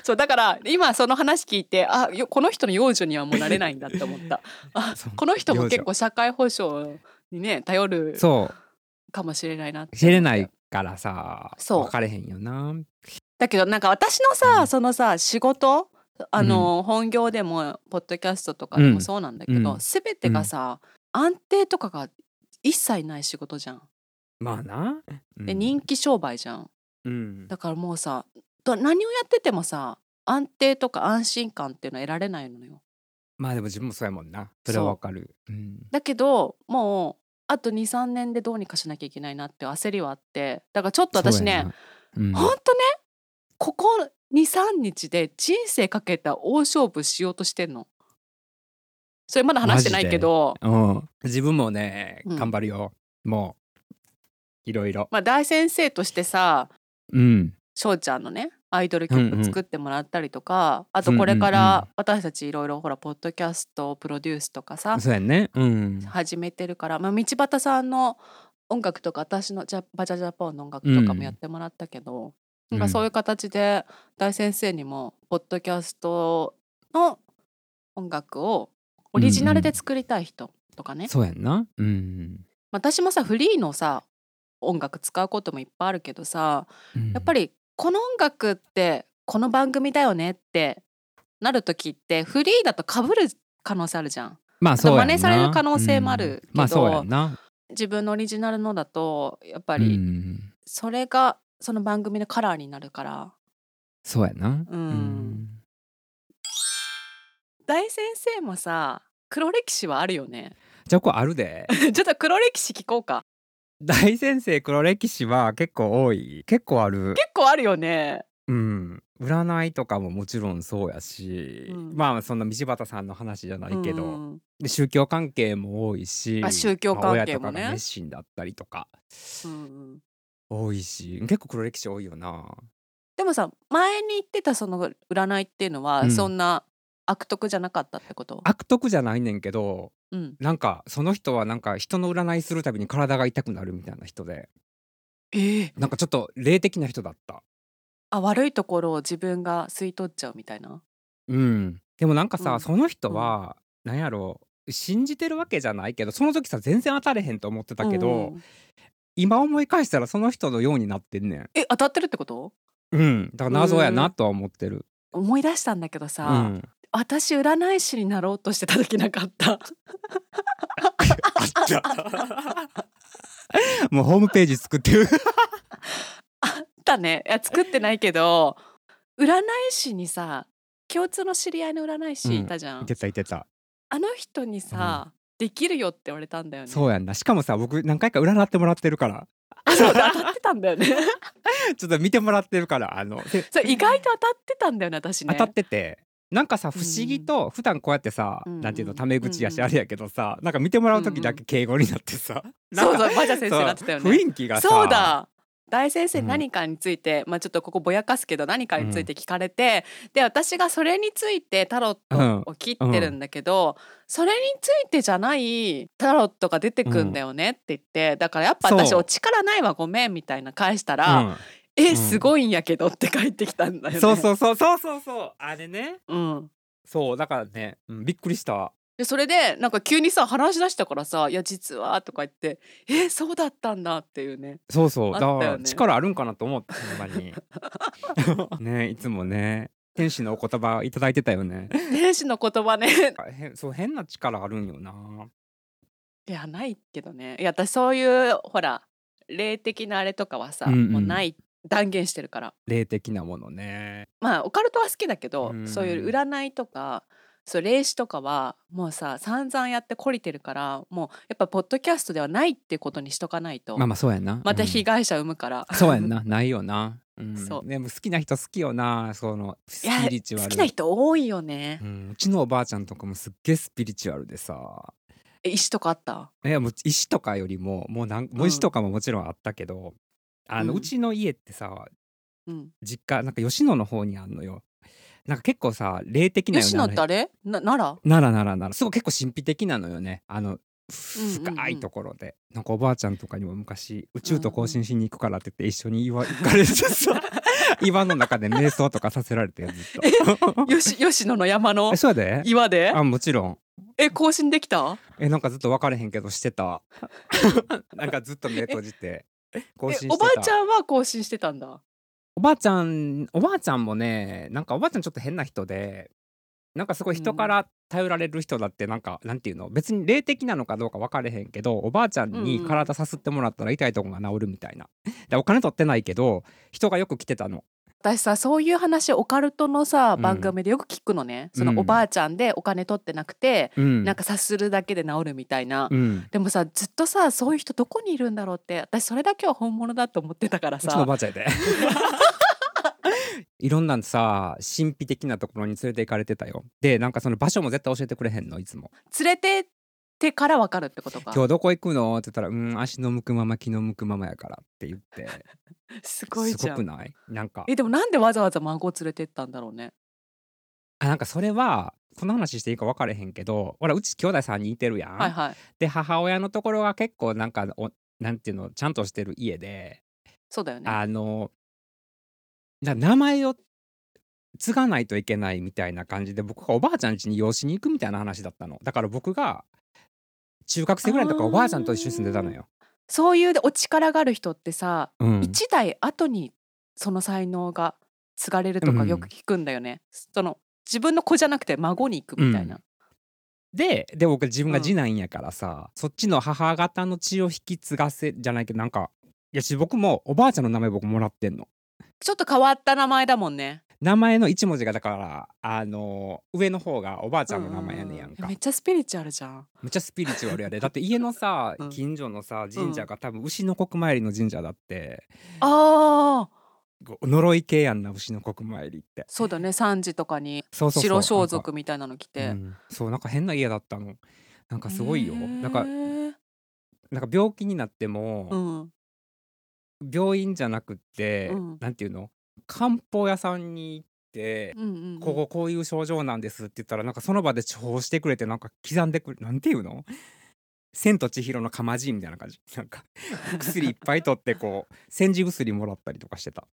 Speaker 3: そうだから今その話聞いてあよこの人の養女にはもうなれないんだって思ったあ
Speaker 2: <laughs> そう
Speaker 3: この人も
Speaker 2: 養女
Speaker 3: 結構社会保障にね頼る
Speaker 2: そ
Speaker 3: かもしれないなって
Speaker 2: う知れないからさ
Speaker 3: そう
Speaker 2: 分かれへんよな
Speaker 3: だけどなんか私のさ、
Speaker 2: うん
Speaker 3: そのさ仕事あの、本業でもポッドキャストとかで
Speaker 2: う
Speaker 3: も
Speaker 2: ん
Speaker 3: そうなんだけ
Speaker 2: う
Speaker 3: ど、
Speaker 2: ん
Speaker 3: すべ全てがさ、安定とかが一切ない仕事じゃん。
Speaker 2: まあな、
Speaker 3: で人気商売じゃん。
Speaker 2: うん、
Speaker 3: だからもうさど何をやっててもさ安定とか安心感っていうのは得られないのよ。
Speaker 2: まあでも自分もそうやもんなそれは分かるうん
Speaker 3: だけどもうあと23年でどうにかしなきゃいけないなって焦りはあってだからちょっと私ね
Speaker 2: そうやな、
Speaker 3: ほんとねここ23日で人生かけた大勝負しようとしてんの。それまだ話してないけど
Speaker 2: うんうん、自分もね
Speaker 3: うん
Speaker 2: 頑張るよ、もういろいろ
Speaker 3: まあ大先生としてさ
Speaker 2: うん
Speaker 3: 翔ちゃんのねアイドル曲作ってもらったりとか、あとこれか
Speaker 2: うんうんうん
Speaker 3: ら私たちいろいろほらポッドキャストプロデュースとかさ、
Speaker 2: そうやねうん
Speaker 3: 始めてるから、まあ、道端さんの音楽とか私のジャバジャジャパンの音楽とか
Speaker 2: うん
Speaker 3: もやってもらったけど、
Speaker 2: うん
Speaker 3: なんかそういう形で大先生にもポッドキャストの音楽をオリジナルで作りたい人とかね、
Speaker 2: そうやんなうん
Speaker 3: まあ私もさフリーのさ音楽使うこともいっぱいあるけどさやっぱ
Speaker 2: り
Speaker 3: りこの音楽ってこの番組だよねってなる時ってフリーだと被る可能性あるじゃん。
Speaker 2: まあそうやんな
Speaker 3: 真似される可能性もあるけど
Speaker 2: うんまあそうやんな
Speaker 3: 自分のオリジナルのだとやっぱ
Speaker 2: や
Speaker 3: り
Speaker 2: うん、
Speaker 3: それがその番組のカラーになるから、
Speaker 2: そうやな
Speaker 3: うん大先生もさ黒歴史はあるよね <laughs>
Speaker 2: じゃあこれあるで
Speaker 3: ちょっと黒歴史聞こうか
Speaker 2: 大先生黒歴史は結構多い結構ある
Speaker 3: 結構あるよね
Speaker 2: うん占いとかももちろんそうやし、
Speaker 3: うん
Speaker 2: まあそんな道端さんの話じゃないけど、
Speaker 3: うん
Speaker 2: で宗教関係も多いし
Speaker 3: あ宗教関係
Speaker 2: まあ親とか
Speaker 3: もね
Speaker 2: が熱心だったりとか
Speaker 3: うんうん
Speaker 2: 多いし結構黒歴史多いよな
Speaker 3: でもさ前に言ってたその占いっていうのは、
Speaker 2: うん
Speaker 3: そんな悪徳じゃなかったってこと
Speaker 2: 悪徳じゃないねんけど
Speaker 3: うん、
Speaker 2: なんかその人はなんか人の占いするたびに体が痛くなるみたいな人で
Speaker 3: ええ
Speaker 2: なんかちょっと霊的な人だった
Speaker 3: あ悪いところを自分が吸い取っちゃうみたいな
Speaker 2: うんでもなんかさ、
Speaker 3: うん
Speaker 2: その人は、なんやろう信じてるわけじゃないけどその時さ全然当たれへんと思ってたけど、
Speaker 3: うん
Speaker 2: 今思い返したらその人のようになってんねん
Speaker 3: え当たってるってこと
Speaker 2: うんだから謎やなとは思ってる
Speaker 3: 思い出したんだけどさ、
Speaker 2: うん
Speaker 3: 私占い師になろうとしてた時なか
Speaker 2: <laughs>
Speaker 3: った
Speaker 2: あった <laughs> もうホームページ作ってる
Speaker 3: だねいや作ってないけど占い師にさ共通の知り合いの占い師いたじゃん、
Speaker 2: てたいてた
Speaker 3: あの人にさ、できるよって言われたんだよね
Speaker 2: そうやんなしかもさ僕何回か占ってもらってるから
Speaker 3: あそうだ当たってたんだよね
Speaker 2: ちょっと見てもらってるからあので
Speaker 3: そう意外と当たってたんだよね私
Speaker 2: 当
Speaker 3: ね
Speaker 2: たっててなんかさ
Speaker 3: う
Speaker 2: 不
Speaker 3: ん
Speaker 2: 思議と普段こうやってさ、
Speaker 3: うんうん
Speaker 2: なんていうのタメ口
Speaker 3: う
Speaker 2: や
Speaker 3: ん
Speaker 2: し
Speaker 3: うん
Speaker 2: あれやけどさ、なんか見てもらう時だけ敬語になってさ、な
Speaker 3: <laughs>
Speaker 2: ん
Speaker 3: そ
Speaker 2: か
Speaker 3: うそうバジャ先生
Speaker 2: そう
Speaker 3: になってたよね
Speaker 2: 雰囲気がさ
Speaker 3: そうだ大先生
Speaker 2: うん
Speaker 3: 何かについて、まあちょっとここぼやかすけど何かについて聞かれて、で私がそれについてタロットを切ってるんだけど、それについてじゃないタロットが出てくんだよねって言って、だからやっぱ私
Speaker 2: そう
Speaker 3: お力ないわごめんみたいな返した
Speaker 2: う
Speaker 3: ら、
Speaker 2: ん
Speaker 3: え
Speaker 2: うん
Speaker 3: すごいんやけどって返ってきたんだよね。
Speaker 2: そうそうそうそうそうそうあれね
Speaker 3: うん
Speaker 2: そうだからね、うんびっくりした
Speaker 3: でそれでなんか急にさ話し出したからさ「いや実は」とか言って「えそうだったんだ」っていうね
Speaker 2: そうそう
Speaker 3: あ
Speaker 2: だ
Speaker 3: ったよね
Speaker 2: から力あるんかなと思ったほんまに
Speaker 3: <laughs>
Speaker 2: ねいつもね天使のお言葉いただいてたよね
Speaker 3: 天使の言葉ね
Speaker 2: あへんそう変な力あるんよない
Speaker 3: やないけどねいや私そういうほら霊的なあれとかはさ、
Speaker 2: うんうん
Speaker 3: もうない断言してるから
Speaker 2: 霊的なものね
Speaker 3: まあオカルトは好きだけど、
Speaker 2: うん
Speaker 3: そういう占いとかそう霊視とかはもうさ散々やって懲りてるからもうやっぱポッドキャストではないってことにしとかないと、
Speaker 2: まあ
Speaker 3: ま
Speaker 2: まあそうやんな
Speaker 3: た
Speaker 2: うん
Speaker 3: 被害者生むから、 <laughs>
Speaker 2: そうやんなないよな、うん、
Speaker 3: そう
Speaker 2: でも好きな人好きよなそのス
Speaker 3: いや
Speaker 2: ピリチュアル
Speaker 3: 好きな人多いよね
Speaker 2: う、ん、うちのおばあちゃんとかもすっげえスピリチュアルでさ
Speaker 3: え石とかあった
Speaker 2: いやもう石とかよりももうなんもう石とかももちろんあったけど、あの
Speaker 3: うん
Speaker 2: うちの家ってさ
Speaker 3: うん、
Speaker 2: 実家なんか吉野の方にあんのよなんか結構さ霊的なよ
Speaker 3: 吉野ってあれな奈良
Speaker 2: ならならならすごい結構神秘的なのよねあの深いところで、なんかおばあちゃんとかにも昔宇宙と交信しに行くからって言って一緒に岩行かれて
Speaker 3: <laughs>
Speaker 2: さ岩の中で瞑想とかさせられてずっ
Speaker 3: <laughs> よし吉野の山の
Speaker 2: とえそうやで
Speaker 3: 岩で
Speaker 2: あもちろん
Speaker 3: え更新できた
Speaker 2: えなんかずっと分かれへんけどして
Speaker 3: <laughs>
Speaker 2: たなんかずっと目閉じて更
Speaker 3: え
Speaker 2: 新してた
Speaker 3: おばあちゃんは更新してたんだ
Speaker 2: おばあちゃんおばあちゃんもねなんかおばあちゃんちょっと変な人でなんかすごい人から頼られる人だってなんか、なんていうの別に霊的なのかどうか分かれへんけどおばあちゃん
Speaker 3: うん
Speaker 2: に
Speaker 3: うん
Speaker 2: 体さすってもらったら痛いとこが治るみたいなでお金取ってないけど人がよく来てたの
Speaker 3: 私さそういう話オカルトのさ
Speaker 2: うん
Speaker 3: 番組でよく聞くのね、そうの
Speaker 2: ん
Speaker 3: おばあちゃんでお金取ってなくて、
Speaker 2: うん
Speaker 3: なんか察するだけで治るみたいな、
Speaker 2: うん
Speaker 3: でもさずっとさそういう人どこにいるんだろうって私それだけは本物だと思ってたから
Speaker 2: うちのお
Speaker 3: さ
Speaker 2: ばあちゃんや
Speaker 3: <laughs>
Speaker 2: でいろんなさ神秘的なところに連れて行かれてたよでなんかその場所も絶対教えてくれへんのいつも
Speaker 3: 連れてってからわかるってことか
Speaker 2: 今日どこ行くのって言ったら「うん足の向くまま気の向くままやから」って言って
Speaker 3: すごいじ
Speaker 2: す
Speaker 3: ゃ
Speaker 2: ごく
Speaker 3: ん
Speaker 2: ないなんか
Speaker 3: えでもなんでわざわざ孫を連れてったんだろうね
Speaker 2: あなんかそれはこの話していいか分かれへんけどほらうち兄弟さんにいてるやん、
Speaker 3: はいはい
Speaker 2: で母親のところは結構なんかおなんていうのちゃんとしてる家で、
Speaker 3: そうだよね
Speaker 2: あのな名前を継がないといけないみたいな感じで僕がおばあちゃん家に養子に行くみたいな話だったのだから僕が中学生ぐらいの時からおばあちゃんと一緒に住んでたのよ。
Speaker 3: そういうお力がある人ってさ、
Speaker 2: うん
Speaker 3: 一代後にその才能が継がれるとか
Speaker 2: うん
Speaker 3: よく聞くんだよね、その自分の子じゃなくて孫に行くみたいな、
Speaker 2: うんでで僕自分が
Speaker 3: うん
Speaker 2: 次男やからさ、そっちの母方の血を引き継がせじゃないけどなんかいやし僕もおばあちゃんの名前僕もらってんの。
Speaker 3: ちょっと変わった名前だもんね
Speaker 2: 名前の一文字がだからあの上の方がおばあちゃんの名前やねんやん
Speaker 3: うう
Speaker 2: か
Speaker 3: めっちゃスピリチュアルじゃん
Speaker 2: むっちゃスピリチュアルやでだって家のさ
Speaker 3: <laughs> うん
Speaker 2: 近所のさ神社が多分牛の国参りの神社だって
Speaker 3: あー
Speaker 2: こう呪い系やんな牛の国参りって
Speaker 3: そうだね3時とかに
Speaker 2: そうそうそう
Speaker 3: 白装束みたいなの着て、
Speaker 2: なんかうんそうなんか変な家だったのなんかすごいよ
Speaker 3: へー
Speaker 2: なんかなんか病気になっても、
Speaker 3: うん
Speaker 2: 病院じゃなくって、
Speaker 3: うん
Speaker 2: なんていうの漢方屋さんに行って、
Speaker 3: うんうんうん
Speaker 2: こここういう症状なんですって言ったらなんかその場で処方してくれてなんか刻んでくれなんていうの千と千尋の釜爺みたいな感じ <laughs> なんか薬いっぱい取ってこう煎じ薬もらったりとかしてた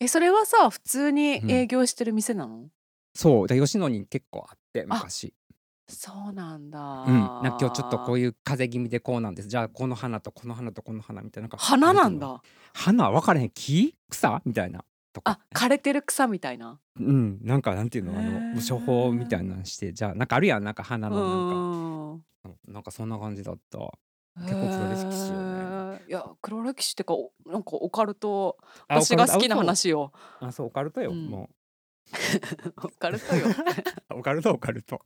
Speaker 3: えそれはさ普通に
Speaker 2: うん
Speaker 3: 営業してる店なの、
Speaker 2: そうで吉野に結構あって昔
Speaker 3: そうなんだ、
Speaker 2: うんなんか今日ちょっとこう
Speaker 3: いう
Speaker 2: いう風邪気味でこうなんですじゃあこの花とこの花とこの花みたいななんか
Speaker 3: 花なん
Speaker 2: ていうの
Speaker 3: だ
Speaker 2: 花分かれへん木草みたいなとか
Speaker 3: あ枯れてる草みたいな
Speaker 2: うんなんかなんていうのあ
Speaker 3: へ
Speaker 2: の
Speaker 3: ー
Speaker 2: 処方みたいなのしてじゃあなんかあるやんなんか花
Speaker 3: う
Speaker 2: のなんか
Speaker 3: ん
Speaker 2: なんかそんな感じだった
Speaker 3: 結
Speaker 2: 結構黒歴史よね
Speaker 3: いや黒歴史ってかおなんかオカルト
Speaker 2: あ
Speaker 3: 私が好きな
Speaker 2: オカルト
Speaker 3: 話
Speaker 2: <laughs>
Speaker 3: よ
Speaker 2: あそうオカルトよ、
Speaker 3: うん
Speaker 2: も
Speaker 3: オカル
Speaker 2: <laughs>
Speaker 3: トよ
Speaker 2: うオカルトオカルト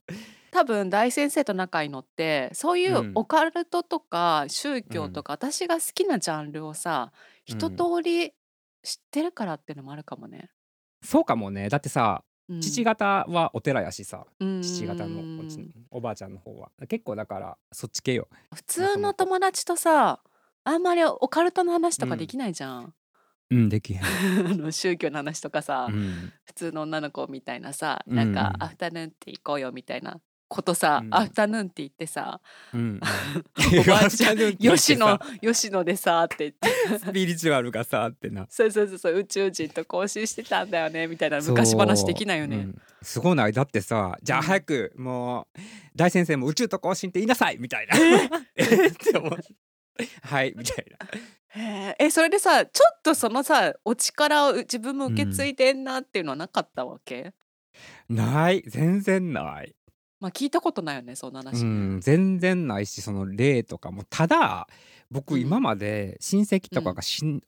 Speaker 3: 多分大先生と仲いいのってそういううんオカルトとか宗教とか、私が好きなジャンルをさ一通り知ってるからっていうのもあるかもね、
Speaker 2: そうかもねだってさ
Speaker 3: うん
Speaker 2: 父方はお寺やしさ、
Speaker 3: うん
Speaker 2: 父方のおじおばあちゃんの方は結構だからそっち系よ
Speaker 3: 普通の友達とさあんまりオカルトの話とかできないじゃん、 <laughs>
Speaker 2: うんできへん、
Speaker 3: あの宗教の話とかさ、
Speaker 2: うん、
Speaker 3: 普通の女の子みたいなさ
Speaker 2: うん
Speaker 3: なんかアフタヌーンティー行こうよみたいなことさ、
Speaker 2: うん
Speaker 3: アフタヌーンティーってさ
Speaker 2: うん、
Speaker 3: <laughs> おばあち
Speaker 2: <laughs>
Speaker 3: ゃん吉野
Speaker 2: の
Speaker 3: 吉野でさって言って <laughs>
Speaker 2: スピリチュアルがさってな
Speaker 3: そうそうそうそう宇宙人と交信してたんだよねみたいな昔話できないよ
Speaker 2: う
Speaker 3: ね。
Speaker 2: んすごいないだってさじゃ
Speaker 3: う
Speaker 2: あ
Speaker 3: ん
Speaker 2: 早く、もう大先生も宇宙と交信って言いなさいみたいな <laughs> えーって思うはいみたいな
Speaker 3: へーえそれでさちょっとそのさお力を自分も受け継いでんなっていうのはなかったわけ、
Speaker 2: ない全然ない
Speaker 3: まあ聞いたことないよねそんな話。
Speaker 2: うん、全然ないしその霊とかもただ
Speaker 3: う
Speaker 2: 僕
Speaker 3: ん
Speaker 2: 今まで親戚とかが死ん、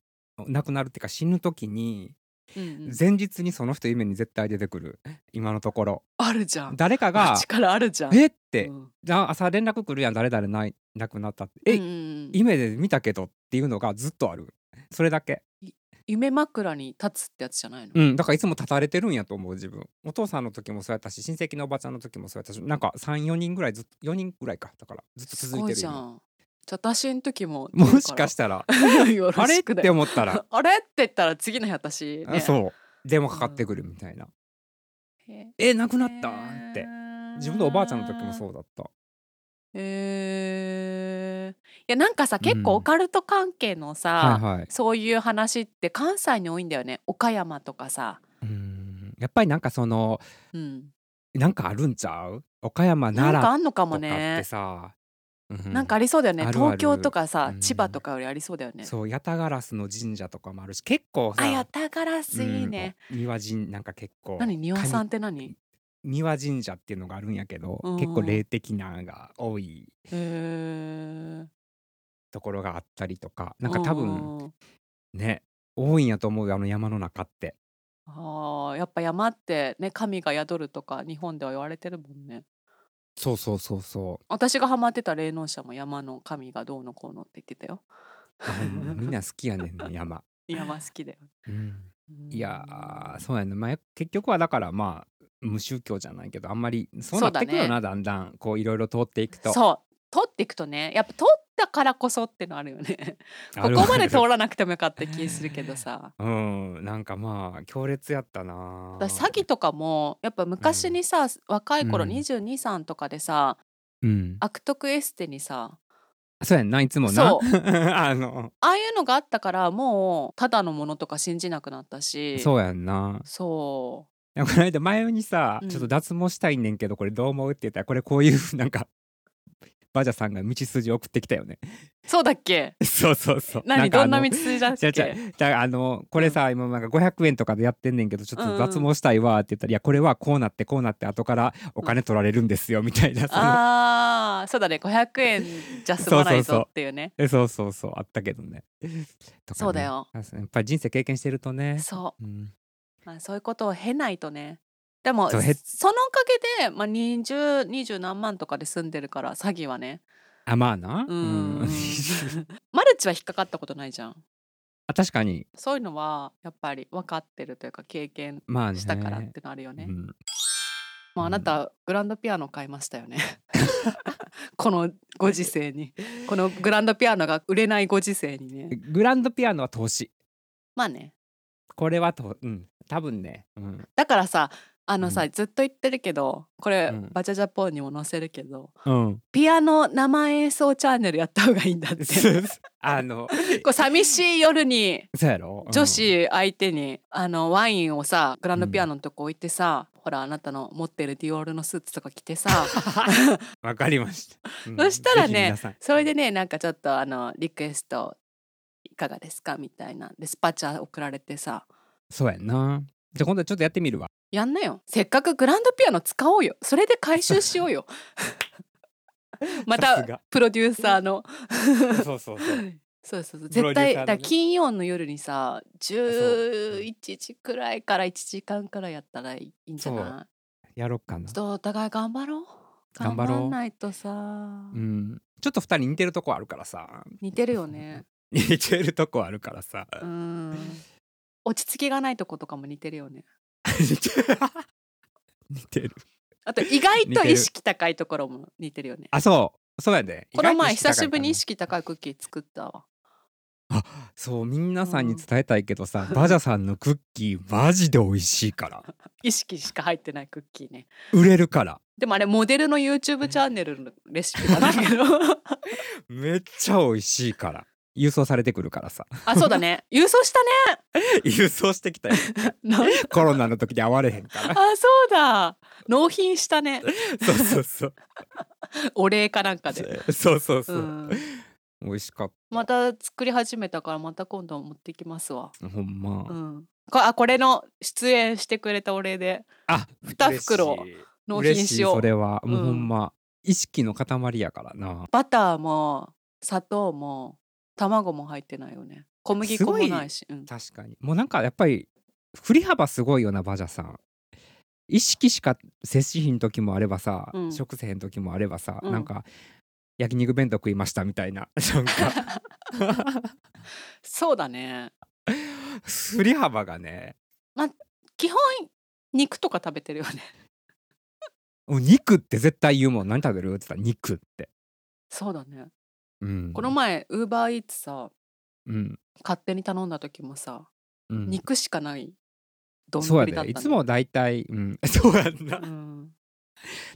Speaker 2: 亡くなるっていうか死ぬ時に
Speaker 3: うんうん
Speaker 2: 前日にその人夢に絶対出てくる今のところ
Speaker 3: あるじゃん。
Speaker 2: 誰か
Speaker 3: お
Speaker 2: が
Speaker 3: 力あるじゃ
Speaker 2: 「
Speaker 3: ん。
Speaker 2: えっ?」て
Speaker 3: うん
Speaker 2: 「あ朝連絡来るやん誰々ない亡くなった」って「え、
Speaker 3: うんうんうん
Speaker 2: 夢で見たけど」っていうのがずっとあるそれだけ
Speaker 3: 夢枕に立つってやつじゃないの、
Speaker 2: うんだからいつも立たれてるんやと思う自分お父さんの時もそうやったし親戚のおばちゃんの時もそうやったしなんか34人ぐらいずっと4人ぐらいかだからずっと
Speaker 3: す
Speaker 2: 続い
Speaker 3: ご
Speaker 2: て
Speaker 3: い
Speaker 2: る
Speaker 3: じゃ
Speaker 2: 今
Speaker 3: ん。じゃあ私の時も
Speaker 2: もしかしてたら
Speaker 3: <laughs> よ
Speaker 2: あ
Speaker 3: ろ
Speaker 2: れっ
Speaker 3: しくだ
Speaker 2: て
Speaker 3: よ
Speaker 2: 思った
Speaker 3: <laughs>
Speaker 2: ら
Speaker 3: あれって言ったら次の日私、ね、
Speaker 2: あそう電話かかってくるみたいな
Speaker 3: へー
Speaker 2: 「えなくなった!」って自分のおばあちゃんの時も
Speaker 3: う
Speaker 2: そうだった
Speaker 3: えー、いやなんかさ結
Speaker 2: う
Speaker 3: 構
Speaker 2: ん
Speaker 3: オカルト関係のさ、
Speaker 2: はいはい
Speaker 3: そういう話って関西に多いんだよね岡山とかさ、
Speaker 2: うんやっぱりなんかその
Speaker 3: うん、
Speaker 2: なんかあるんちゃう岡山
Speaker 3: なんか
Speaker 2: 奈
Speaker 3: あんのか
Speaker 2: 良
Speaker 3: も
Speaker 2: とかって
Speaker 3: ね
Speaker 2: さ、う
Speaker 3: なんかありそうだよね
Speaker 2: あるある
Speaker 3: 東京とかさ、
Speaker 2: うん
Speaker 3: 千葉とかよりありそうだよね
Speaker 2: そう八田烏の神社とかもあるし結構さ
Speaker 3: あやたガラスいいね、
Speaker 2: うんお丹羽神なんか結構
Speaker 3: 何庭さんって何
Speaker 2: 神丹羽神社っていうのがあるんやけど、
Speaker 3: うんうん
Speaker 2: 結構霊的なのが多い
Speaker 3: へえ
Speaker 2: ところがあったりとかなんか多分
Speaker 3: うん
Speaker 2: ね多いんやと思うよあの山の中って
Speaker 3: あーやっぱ山ってね神が宿るとか日本では言われてるもんね
Speaker 2: そうそうそうそう
Speaker 3: 私がハマってた霊能者も山の神がどうのこうのって言ってた
Speaker 2: <laughs>
Speaker 3: よ
Speaker 2: あほんま <laughs> みんな好きやねんな
Speaker 3: <laughs>
Speaker 2: 山、
Speaker 3: 山好きだよ
Speaker 2: うんいやー
Speaker 3: うん
Speaker 2: そうやね、まあ、結局はだからまあ無宗教じゃないけどあんまりそうなってくるよなだ,、んだんこういろいろ通っていくと
Speaker 3: そう取っていくとねやっぱ取ったからこそってのあるよ
Speaker 2: <laughs>
Speaker 3: ねここまで通らなくてもよかった気するけどさ
Speaker 2: うんなんかまあ強烈やったな
Speaker 3: だから詐欺とかもやっぱ昔にさ、若い頃
Speaker 2: うん
Speaker 3: 22歳とかでさ、
Speaker 2: うん
Speaker 3: 悪徳エステにさ
Speaker 2: そうやんないつもな
Speaker 3: そう
Speaker 2: <laughs> あの
Speaker 3: ああいうのがあったからもうただのものとか信じなくなったし
Speaker 2: そうやんな
Speaker 3: そ
Speaker 2: この間前にさ、
Speaker 3: うん
Speaker 2: ちょっと脱毛したいねんけどこれどう思うって言ったらこれこういうなんか <laughs> バジャさんが道筋送ってきたよね <laughs>
Speaker 3: うそうだっけ
Speaker 2: そうそうそう
Speaker 3: 何
Speaker 2: かあ
Speaker 3: どん
Speaker 2: の
Speaker 3: な道筋だっ
Speaker 2: じ
Speaker 3: け
Speaker 2: ゃじゃじゃああのこれさ、今なんか500円とかでやってんねんけどちょっ
Speaker 3: うんう
Speaker 2: と
Speaker 3: ん
Speaker 2: 脱毛したいわって言ったら、いやこれはこうなってこうなって後からお金取られるんですよみたいな、そ
Speaker 3: あーそうだね500円じゃ済まないぞっていうね
Speaker 2: の <laughs> そうそうそうあったけどねとかね
Speaker 3: そうだよ
Speaker 2: やっぱり人生経験してるとね、
Speaker 3: そう
Speaker 2: ん、
Speaker 3: う、まあ、そういうことを経ないとねでもそ
Speaker 2: そ
Speaker 3: の
Speaker 2: う
Speaker 3: お
Speaker 2: へ
Speaker 3: かげで、まあ、20, 20何万とかで済んでるから詐欺はね
Speaker 2: あまあな
Speaker 3: うーん
Speaker 2: うん <laughs>
Speaker 3: マルチは引っかかったことないじゃん
Speaker 2: あ確かに
Speaker 3: そういうのはやっぱり分かってるというか経験
Speaker 2: まあね
Speaker 3: したからってのあるよね
Speaker 2: うん
Speaker 3: もうあなたグランドピアノ買いました
Speaker 2: <laughs>
Speaker 3: よね <laughs> このご時世にこのグランドピアノが売れないご時世にね
Speaker 2: グランドピアノは投資
Speaker 3: まあね
Speaker 2: これはと、うん、多分ね、うん
Speaker 3: だからさあのさ、
Speaker 2: う
Speaker 3: ずっと言ってるけどこれ、
Speaker 2: うん
Speaker 3: バチャジャポンにも載せるけど
Speaker 2: うん、
Speaker 3: ピアノ生演奏チャンネルやった方がいいんだって
Speaker 2: <laughs> あの
Speaker 3: こう寂しい夜に
Speaker 2: そうやろ、うん
Speaker 3: 女子相手に、あのワインをさグランドピアノのとこ置いてさ、ほらあなたの持ってるディオールのスーツとか着てさ
Speaker 2: <laughs> わかりました、うん
Speaker 3: そしたらね
Speaker 2: ぜひ皆さん
Speaker 3: それでねなんかちょっとあのリクエストいかがですかみたいなでスパチャ送られてさ
Speaker 2: そうやんなじゃあ今度ちょっとやっ
Speaker 3: <laughs>
Speaker 2: てみるわ
Speaker 3: やんなよせっかくグランドピアノ使おうよそれで回収しよ
Speaker 2: <laughs>
Speaker 3: うよま
Speaker 2: さ
Speaker 3: た
Speaker 2: すが
Speaker 3: プロデューサーの
Speaker 2: そうそうそう
Speaker 3: そうそうそう
Speaker 2: プロ
Speaker 3: 絶
Speaker 2: デューサーの
Speaker 3: 対
Speaker 2: ね
Speaker 3: だから金曜の夜にさ11時くらいから1時間くらいやったらいいんじゃ
Speaker 2: そ
Speaker 3: ない
Speaker 2: やろっかな
Speaker 3: ちょっとお互い頑張ろう
Speaker 2: 頑
Speaker 3: 頑
Speaker 2: 張ろう
Speaker 3: 張んないとさ、
Speaker 2: うんちょっと二人似てるとこあるからさ
Speaker 3: 似てるよ
Speaker 2: <laughs>
Speaker 3: ね
Speaker 2: 似てるとこあるか
Speaker 3: <laughs>
Speaker 2: らさ、
Speaker 3: うん落ち着きがないとことかも似てるよね
Speaker 2: 似てる似てる
Speaker 3: あと意外
Speaker 2: 似
Speaker 3: と
Speaker 2: てる
Speaker 3: 意識高いところも似てるよね
Speaker 2: あそうそうやで
Speaker 3: この前久しぶりに
Speaker 2: 意外と意識高いか
Speaker 3: 意識高
Speaker 2: な
Speaker 3: いクッキー作ったわ
Speaker 2: そう皆さんに伝えたいけど <laughs> さ、バジャさんのクッキーマジで美味しいから
Speaker 3: 意識しか入ってないクッキーね
Speaker 2: 売れるから
Speaker 3: でもあれモデルの YouTube チャンネルのレシピなんだ
Speaker 2: <laughs>
Speaker 3: けど
Speaker 2: めっちゃ美味しいから郵送されてくるから <laughs> さ
Speaker 3: あそうだね郵送した
Speaker 2: 郵送してきたよ
Speaker 3: ねなん
Speaker 2: <laughs> コロナの時に会われへんか
Speaker 3: あ
Speaker 2: ら
Speaker 3: そうだ納品したね
Speaker 2: そう <laughs> そうそう
Speaker 3: お礼かなんかで、
Speaker 2: そうそうそうう、
Speaker 3: ん、
Speaker 2: 美味しかっ
Speaker 3: また作り始めたからまた今度持ってきますわ、
Speaker 2: たほんま、
Speaker 3: うん、こあこれの出演してくれたお礼で
Speaker 2: あ
Speaker 3: 二袋
Speaker 2: 嬉しい
Speaker 3: 納
Speaker 2: 嬉
Speaker 3: 品
Speaker 2: し
Speaker 3: し
Speaker 2: い
Speaker 3: よ
Speaker 2: そうれはもううんほんま、意識の塊やからな
Speaker 3: バターも砂糖も卵も入ってないよね小麦粉もないしうん
Speaker 2: 確かにもうなんかやっぱり振り幅すごいよなバジャさん意識しか接しひん時もあればさ、
Speaker 3: うん
Speaker 2: 食せへん時もあればさ、
Speaker 3: うん
Speaker 2: なんか焼肉弁当食いましたみた
Speaker 3: <laughs>
Speaker 2: いななんか
Speaker 3: そうだね
Speaker 2: 振り幅がね
Speaker 3: 基本肉とか食べてるよね <laughs>
Speaker 2: もう肉って絶対言うもん何食べるって言ったら肉って、
Speaker 3: そうだね
Speaker 2: うん、
Speaker 3: この前ウーバーイーツさ
Speaker 2: うん
Speaker 3: 勝手に頼んだ時もさ、
Speaker 2: うん
Speaker 3: 肉しかない丼
Speaker 2: そう
Speaker 3: だ
Speaker 2: や
Speaker 3: ったの
Speaker 2: で <laughs> いつも大体、うん、そうやんな、
Speaker 3: うん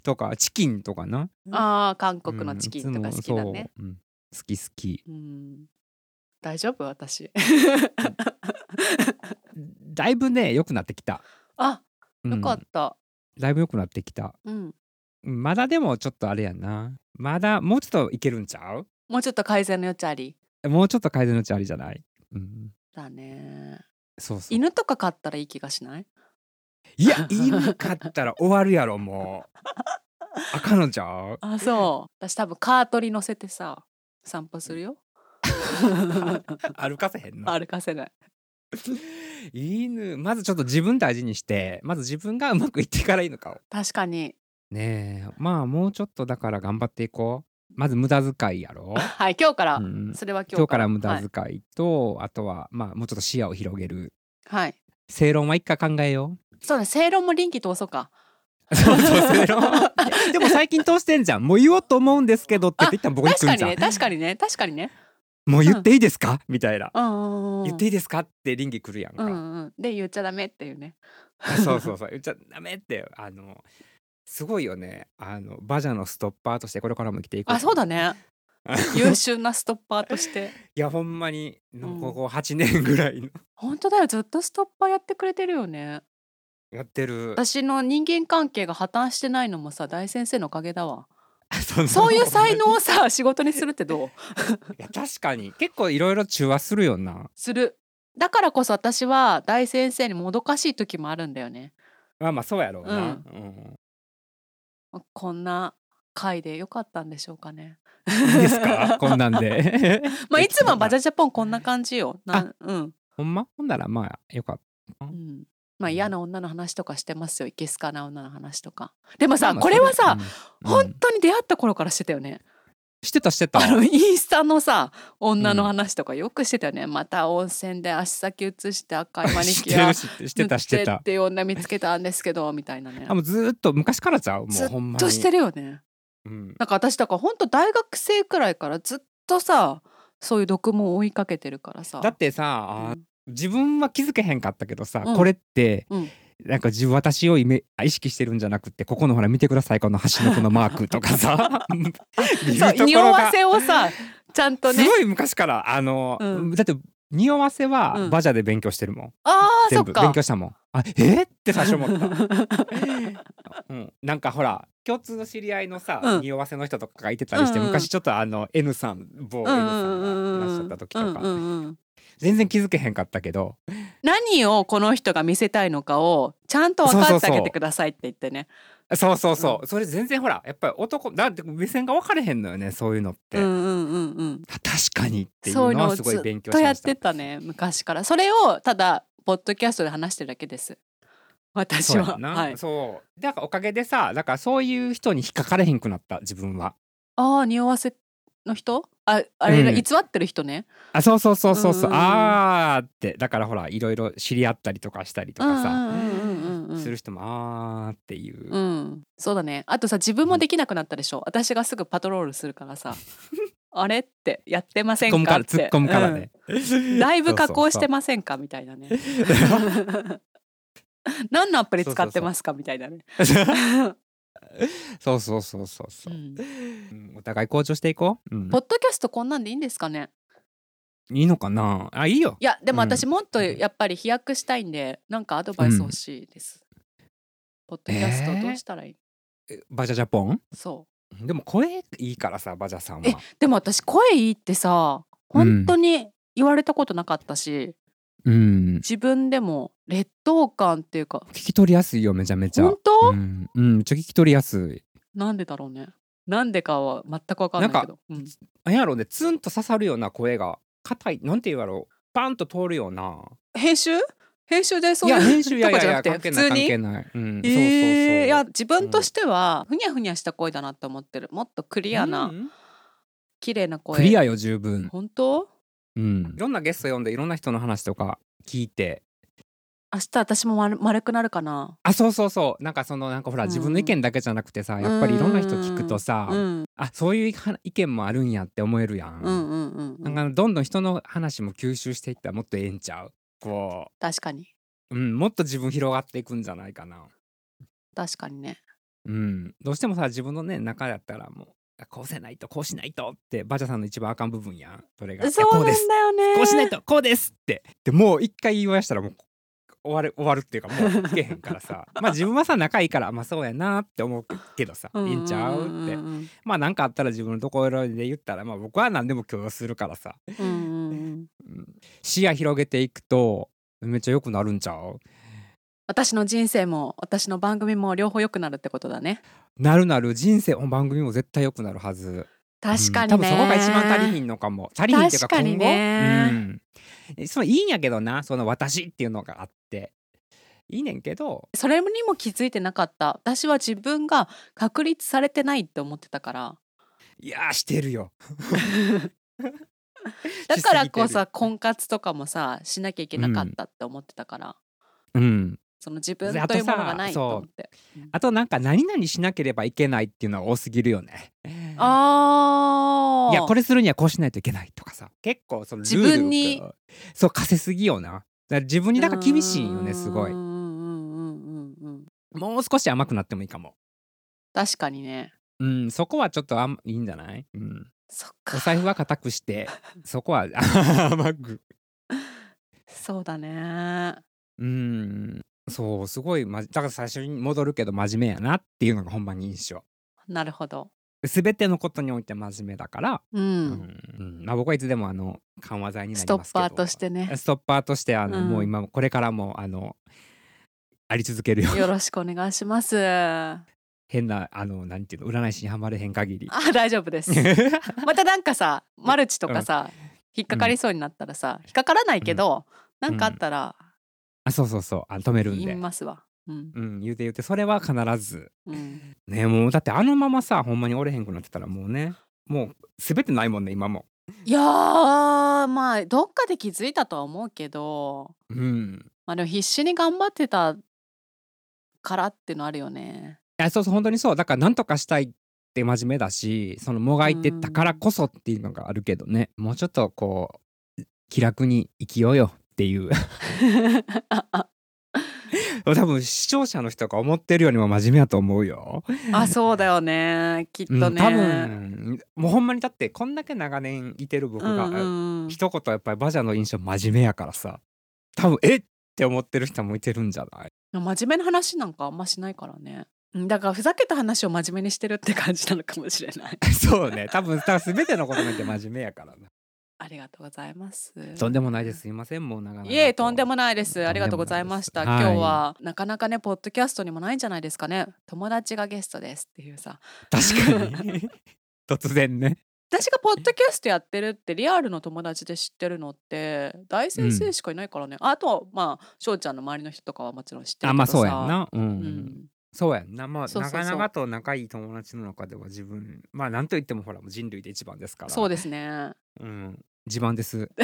Speaker 2: とかチキンとかな
Speaker 3: ああ韓国のチキンとか好きだね、
Speaker 2: うんいつもそううん好き好き
Speaker 3: うん、大丈夫私 <laughs>
Speaker 2: だいぶね良くなってきた、
Speaker 3: あ
Speaker 2: うん
Speaker 3: よかった、
Speaker 2: だいぶ良くなってきた
Speaker 3: うん、
Speaker 2: うんまだでもちょっとあれやなまだもうちょっといけるんちゃう
Speaker 3: もうちょっと改善の余地あり
Speaker 2: もうちょっと改善のうちありじゃない、うん、
Speaker 3: だね
Speaker 2: そうそう
Speaker 3: 犬とか飼ったらいい気がしない
Speaker 2: いや犬飼ったら終わるやろもうあかんのちゃう
Speaker 3: あそう私多分カートに乗せてさ散歩するよ
Speaker 2: <laughs> 歩かせへんの
Speaker 3: <laughs> 歩かせない
Speaker 2: 犬まずちょっと自分大事にしてまず自分がうまくいってからいいのかを
Speaker 3: 確かに
Speaker 2: ねえまあもうちょっとだから頑張っていこうまず無駄遣いやろ、
Speaker 3: はい今日から、
Speaker 2: うん
Speaker 3: それは今
Speaker 2: 今
Speaker 3: 日
Speaker 2: 日か
Speaker 3: から
Speaker 2: ら無駄
Speaker 3: はい、
Speaker 2: 遣いと、あとはまあもうちょっと視野を広げる
Speaker 3: はい
Speaker 2: 正論は一回考えよ
Speaker 3: そうね正論も臨機通そうか
Speaker 2: うそうそう正論いや <laughs> でも最近通してんじゃんもう言おうと思うんですけどって言って一旦僕に来
Speaker 3: 確
Speaker 2: る
Speaker 3: か
Speaker 2: んじ
Speaker 3: に
Speaker 2: ゃ
Speaker 3: ね
Speaker 2: ん、
Speaker 3: 確かにね確かにね
Speaker 2: もう言っていいですか、みたいな、
Speaker 3: うんうんうん
Speaker 2: 言っていいですかって倫理来るやんか、
Speaker 3: うんうんで言っちゃダメっていうね
Speaker 2: あそうそうそう言っちゃダメってあのすごいよねあのバジャのストッパーとしてこれからも生きていこう
Speaker 3: あそうだ
Speaker 2: <laughs>
Speaker 3: ね優秀なストッパーとして
Speaker 2: いやほんまにの
Speaker 3: うん
Speaker 2: ここ8年ぐらいの <laughs>
Speaker 3: 本当だよずっとストッパーやってくれてるよね
Speaker 2: やってる
Speaker 3: 私の人間関係が破綻してないのもさ大先生のおかげだわ
Speaker 2: <laughs> その
Speaker 3: そういう才
Speaker 2: <laughs>
Speaker 3: 能をさ仕事にするってどう
Speaker 2: いや確かに結構いろいろ中和するよな
Speaker 3: するだからこそ私は大先生にもどかしい時もあるんだよね
Speaker 2: まあまあそうやろうな、
Speaker 3: うん
Speaker 2: うん
Speaker 3: こんな回でよかったんでしょうかね
Speaker 2: いいで
Speaker 3: <laughs>
Speaker 2: すかこんなんで <laughs>
Speaker 3: まあいつもバジャジャポンこんな感じよなんうん、
Speaker 2: ほんまほんならまあよかっ
Speaker 3: うん、まあ嫌な女の話とかしてますよいけすかな女の話とかでもさ、
Speaker 2: まあ
Speaker 3: これは
Speaker 2: た、
Speaker 3: さ、
Speaker 2: うんう
Speaker 3: 本
Speaker 2: ん
Speaker 3: 当に出会った頃からしてたよね
Speaker 2: してたしてた
Speaker 3: あのインスタのさ女の話とかよくしてたよね、また温泉で足先移して赤いマニ
Speaker 2: 知っ
Speaker 3: キ
Speaker 2: て
Speaker 3: ュ
Speaker 2: る
Speaker 3: ア
Speaker 2: 知ってる <laughs> してたして
Speaker 3: 塗
Speaker 2: た
Speaker 3: ってって女見つけたんですけどみたいなね
Speaker 2: あもうずーっと昔からちゃうも
Speaker 3: ず
Speaker 2: う
Speaker 3: っ
Speaker 2: ほんまに
Speaker 3: としてるよね
Speaker 2: うん
Speaker 3: なんか私だからほんと大学生くらいからずっとさそういう毒も追いかけてるからさ
Speaker 2: だってさ、あー
Speaker 3: うん
Speaker 2: 自分は気づけへんかったけどさ、
Speaker 3: うん
Speaker 2: これって、
Speaker 3: うん
Speaker 2: なんか自分私をイメ意識してるんじゃなくてここのほら見てくださいこの端のこのマークと
Speaker 3: <laughs>
Speaker 2: かさ見る
Speaker 3: そう
Speaker 2: とこ
Speaker 3: 匂
Speaker 2: ろ
Speaker 3: わ
Speaker 2: が
Speaker 3: せを
Speaker 2: <laughs>
Speaker 3: さちゃんと
Speaker 2: す
Speaker 3: ね
Speaker 2: ごい昔からあの、
Speaker 3: うん
Speaker 2: だって匂わせ
Speaker 3: う
Speaker 2: は
Speaker 3: ん
Speaker 2: バジャで勉強してるもん、
Speaker 3: あーそ
Speaker 2: 全
Speaker 3: っ
Speaker 2: 部
Speaker 3: か
Speaker 2: 勉強したもんあえーって最初思った、
Speaker 3: <laughs>
Speaker 2: うん、なんかほら共通の知り合いのさ、
Speaker 3: うん
Speaker 2: 匂わせの人とかがいてたりし
Speaker 3: う
Speaker 2: て、
Speaker 3: んうん
Speaker 2: 昔ちょっとあの N さん某 N
Speaker 3: う
Speaker 2: さ
Speaker 3: んうんうん
Speaker 2: んがいらっ
Speaker 3: う
Speaker 2: しゃ
Speaker 3: ん
Speaker 2: った時とか、
Speaker 3: うんうんうん
Speaker 2: 全然気づけへんかったけど
Speaker 3: 何をこの人が見せたいのかをちゃんと分かってあげてくださいって言ってね
Speaker 2: そうそうそう、それ全然ほらやっぱり男だって目線が分かれへんのよねそういうのって、
Speaker 3: うんうんうんうん
Speaker 2: あ確かにっていう
Speaker 3: そういう
Speaker 2: の
Speaker 3: の
Speaker 2: は
Speaker 3: をず
Speaker 2: すごい勉
Speaker 3: っ
Speaker 2: 強
Speaker 3: と
Speaker 2: し
Speaker 3: や
Speaker 2: ま
Speaker 3: っ
Speaker 2: した
Speaker 3: てたね昔からそれをただポッドキャストで話してるだけです私
Speaker 2: そう
Speaker 3: は
Speaker 2: やんな、
Speaker 3: はい、
Speaker 2: そうだからおかげでさだからそういう人に引っかかれへんくなった自分は
Speaker 3: ああ匂わせの人ああれ、
Speaker 2: うん
Speaker 3: 偽ってる人ね
Speaker 2: あそうそうそうそうそう、
Speaker 3: うんうんうん
Speaker 2: あーってだからほらいろいろ知り合ったりとかしたりとかさ、
Speaker 3: うんうんうんうんうん
Speaker 2: する人もあーっていう、
Speaker 3: うんそうだねあとさ自分もできなくなったでしょ私がすぐパトロールするから <laughs> さあれってやってませ
Speaker 2: 突
Speaker 3: ん
Speaker 2: っ
Speaker 3: か
Speaker 2: 込
Speaker 3: っ
Speaker 2: む
Speaker 3: て
Speaker 2: から突っ込むからね、
Speaker 3: うんだいぶ加工し
Speaker 2: そ
Speaker 3: て
Speaker 2: う
Speaker 3: ませんかみたいな
Speaker 2: <laughs>
Speaker 3: ね
Speaker 2: そうそう
Speaker 3: 何のアプリ使ってますかみたいなね
Speaker 2: そうそうそうそうそう、
Speaker 3: うん
Speaker 2: うんお互い向上していこう、うん
Speaker 3: ポッドキャストこんなんでいいんですかね
Speaker 2: いいのかなあいいよ
Speaker 3: いやでも
Speaker 2: うん
Speaker 3: 私もっとやっぱり飛躍したいんで、なんかアドバイス欲しいです、ポッドキャストどうしたらいい、
Speaker 2: バジャジャポン
Speaker 3: そ
Speaker 2: でも声いいからさバジャさんは
Speaker 3: えうでも私声いいってさ本当に言われたことなかったし、
Speaker 2: うん
Speaker 3: 自分でも劣等感っていうか
Speaker 2: 聞き取りやすいよめちゃめちゃ
Speaker 3: 本当、
Speaker 2: うん、うん、めっちょ聞き取りやす
Speaker 3: なんでだろうねなんでかは全く分かんないけどうん
Speaker 2: いなんやろうねツンと刺さるような声が硬いなんて言うやろうパンと通るような
Speaker 3: 編集編集でそ
Speaker 2: いうや
Speaker 3: いう
Speaker 2: 編集いやいやいや
Speaker 3: と
Speaker 2: 関
Speaker 3: かじ
Speaker 2: 係
Speaker 3: ゃ
Speaker 2: ない
Speaker 3: なく
Speaker 2: 関
Speaker 3: て
Speaker 2: 係ない、う
Speaker 3: え
Speaker 2: ん、そうそうそう
Speaker 3: ーいや自分としてはふにゃふにゃした声だなと思ってるもっとクリアな、
Speaker 2: うん
Speaker 3: 綺麗な声
Speaker 2: クリアよ十分、
Speaker 3: 本当
Speaker 2: うん、いろんなゲスト呼んでいろんな人の話とか聞いて
Speaker 3: 明日私も丸丸くなるかな
Speaker 2: あそうそうそうなんかそのなんかほら、
Speaker 3: うん
Speaker 2: 自分の意見だけじゃなくてさやっぱりいろんな人聞くとさ、
Speaker 3: うん
Speaker 2: あそういうは意見もあるんやって思えるやん、
Speaker 3: うんうんうんうん
Speaker 2: なんかどんどん人の話も吸収していったらもっとええんちゃうこ
Speaker 3: 確かに
Speaker 2: う、うん、もっと自分広がっていくんじゃないかな
Speaker 3: 確かにね
Speaker 2: うん、どうしてもさ自分のね中だったらもうあこうせないとこうしないとってバジャさんの一番あかん部分やんそれがいや
Speaker 3: そうな
Speaker 2: こ
Speaker 3: ん
Speaker 2: う
Speaker 3: だ
Speaker 2: です
Speaker 3: よね。
Speaker 2: こうしないとこうですってでもう一回言わしたらもう終わる終わるっていうかもういけへんからさ <laughs> まあ自分はさ仲いいからまあそうやなって思うけどさいいんちゃう
Speaker 3: うん
Speaker 2: って
Speaker 3: うん
Speaker 2: まあ何かあったら自分のところで言ったらまあ僕は何でも許容するからさ、
Speaker 3: うんうんうん
Speaker 2: うん視野広げていくとめっちゃ良くなるんちゃう
Speaker 3: 私の人生も私の番組も両方良くなるってことだね。
Speaker 2: なるなる人生も番組も絶対良くなるはず
Speaker 3: 確かにね。
Speaker 2: うん多分そこが一番足りひんのかも足りひんっていうか
Speaker 3: 確か
Speaker 2: 今後
Speaker 3: にね
Speaker 2: うん、そのいいんやけどなその私っていうのがあっていいねんけど
Speaker 3: それにも気づいてなかった。私は自分が確立されてないって思ってたから。
Speaker 2: いやーして
Speaker 3: <laughs>
Speaker 2: るよ <laughs>
Speaker 3: だからこう
Speaker 2: しすぎ
Speaker 3: さ婚活とかもさしなきゃいけなかったって思ってたから、
Speaker 2: うん
Speaker 3: その自分というものがないと思って。
Speaker 2: あとなんか何々しなければいけないっていうのは多すぎるよね
Speaker 3: ああ。
Speaker 2: いやこれするにはこうしないといけないとかさ結構そのルール
Speaker 3: 自分に
Speaker 2: がそう課せすぎよなだから自分にだから厳しいんよねすごい
Speaker 3: うんうんうんうんうんうん
Speaker 2: もう少し甘くなってもいいかも
Speaker 3: 確かにね。
Speaker 2: うんそこはちょっとあんいいんじゃない、うん、
Speaker 3: そっ
Speaker 2: お
Speaker 3: か。
Speaker 2: 財布は固
Speaker 3: <laughs>
Speaker 2: くしてそこは甘く
Speaker 3: そうだね。
Speaker 2: うんそうすごいまだから最初に戻るけど真面目やなっていうのがほんまに印象
Speaker 3: なるほど。
Speaker 2: 全てのことにおいて真面目だから、
Speaker 3: う。
Speaker 2: うんんまあ、僕はいつでもあの緩和剤にな
Speaker 3: ス
Speaker 2: り
Speaker 3: ト
Speaker 2: ます
Speaker 3: ッ
Speaker 2: けど
Speaker 3: パーとしてね。
Speaker 2: ストッパーとしてあ
Speaker 3: う
Speaker 2: の、
Speaker 3: ん
Speaker 2: もう今もこれからもあのあり続けるよ
Speaker 3: よろしくお願いし
Speaker 2: <laughs>
Speaker 3: ます。あ、
Speaker 2: 変なあのなんていうの占い師にはまれへん限り
Speaker 3: 大丈夫
Speaker 2: <laughs>
Speaker 3: です。またなんかさ、マルチとかさ、引っかかりそうになったらさ、引っかからないけど、なんかあったら
Speaker 2: あそうそうそうあの止めるん
Speaker 3: 言い
Speaker 2: で、
Speaker 3: ますわ。うん。
Speaker 2: うん、言うて言うてそれは必ず
Speaker 3: うん。
Speaker 2: ねもうだってあのままさほんまに折れへんくなってたらもうねもう全てないもんね今も
Speaker 3: いやー、まあどっかで気づいたとは思うけど、
Speaker 2: うん
Speaker 3: まあでも必死に頑張ってたからっていうのあるよね。
Speaker 2: いやそうそう本当にそうだからなんとかしたいって真面目だしそのもがいてたからこそっていうのがあるけどね、もうちょっとこう気楽に生きようよっていう <laughs> 多分視聴者の人が思ってるよりも真面目やと思うよ。
Speaker 3: あ、そうだよね。きっとね。
Speaker 2: うん、多分もうほんまにだってこんだけ長年いてる僕が、
Speaker 3: うんうんうん
Speaker 2: 一言やっぱりバジャの印象真面目やからさ多分えって思ってる人もいてるんじゃない <laughs>
Speaker 3: 真面目な話なんかあんましないからねうんだからふざけた話を真面目にしてるって感じなのかもしれない
Speaker 2: そうね多分多分全てのこと見て真面目やからな
Speaker 3: <laughs> ありがとうございます
Speaker 2: とんでもないですすいませんもう長々
Speaker 3: いえとんでも
Speaker 2: ない
Speaker 3: ないですありがとうございました
Speaker 2: とんでも
Speaker 3: 今
Speaker 2: ないで
Speaker 3: 日は
Speaker 2: す
Speaker 3: なかなかねポッドキャストにもないんじゃないですかね友達がゲストですっていうさ
Speaker 2: 確か
Speaker 3: <laughs>
Speaker 2: に突然ね
Speaker 3: 私がポッドキャストやってるってリアルの友達で知ってるのって大先生しかいないからね、あとまあ翔ちゃんの周りの人とかはもちろん知ってる
Speaker 2: あ
Speaker 3: けどさ
Speaker 2: まあそうやんなうん、
Speaker 3: うん
Speaker 2: そうやんなまあ
Speaker 3: そうそうそう
Speaker 2: 長々と仲いい友達の中では自分まあなんといってもほらもう人類で一番ですから
Speaker 3: そう
Speaker 2: で
Speaker 3: ですね
Speaker 2: す、うん、自慢です、
Speaker 3: <laughs>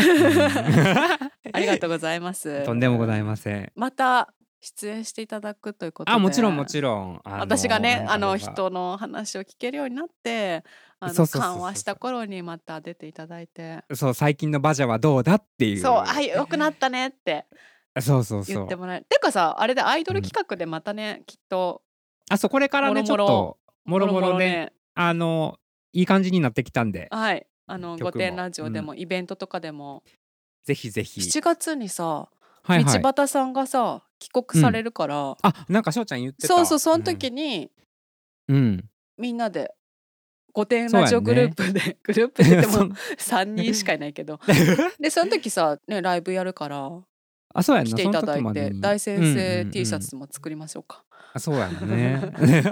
Speaker 3: ありがとうございます
Speaker 2: う <laughs> とんでもございません
Speaker 3: また出演していただくということで
Speaker 2: あもちろんもちろん、あの
Speaker 3: 私がねあの。
Speaker 2: なんか
Speaker 3: 人の話を聞けるようになってあ
Speaker 2: そう
Speaker 3: の
Speaker 2: そうそうそう
Speaker 3: 緩和した頃にまた出ていただいて
Speaker 2: そう最近のバジャはどうだっていう。
Speaker 3: そう「はい良くなったね」って
Speaker 2: そうそうそ
Speaker 3: 言
Speaker 2: う
Speaker 3: って。もらえるてかさあれでアイド
Speaker 2: う
Speaker 3: ル
Speaker 2: ん
Speaker 3: 企画でまたね、きっと
Speaker 2: あそうこれからね
Speaker 3: もろもろ
Speaker 2: ちょっともろもろねあのいい感じになってきたんで、
Speaker 3: はいあの
Speaker 2: 曲も
Speaker 3: 御殿ラジオでも、イベントとかでも
Speaker 2: ぜひぜひ。
Speaker 3: 7月にさ、
Speaker 2: はいはい。
Speaker 3: 道端さんがさ帰国されるから、
Speaker 2: あなんかしょうちゃん言ってた。
Speaker 3: そうそうその時に、
Speaker 2: うん。うん。
Speaker 3: みんなで御殿ラジオグループで、グループで言っても3人しかいないけどでその時さ、ね、ライブやるから
Speaker 2: <laughs> あそうやんな
Speaker 3: 来ていただ
Speaker 2: その時
Speaker 3: い
Speaker 2: まで
Speaker 3: て
Speaker 2: に
Speaker 3: 大先
Speaker 2: うんうんう
Speaker 3: 生
Speaker 2: ん
Speaker 3: T シャツも作りましょうか、
Speaker 2: あそうやん
Speaker 3: <laughs>
Speaker 2: ね。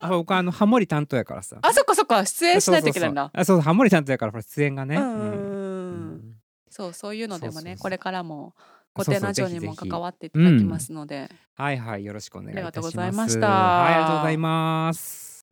Speaker 2: あ僕あのハモリ担当やからさ。
Speaker 3: あそっかそっか出演しないといけないんだ
Speaker 2: そうそうそうあそうハモリ担当やからほら出演がね。
Speaker 3: うんうん
Speaker 2: うん
Speaker 3: うんうんそうそういうのでもね
Speaker 2: そうそうそう
Speaker 3: これからも
Speaker 2: あ
Speaker 3: 御
Speaker 2: そうそう
Speaker 3: 殿ラジオに
Speaker 2: ぜ
Speaker 3: も
Speaker 2: ひぜひ
Speaker 3: 関わっていただきますので
Speaker 2: はいはい、よろしくお願いい
Speaker 3: ありがと
Speaker 2: たします。
Speaker 3: うございました
Speaker 2: はい、ありがとうございます。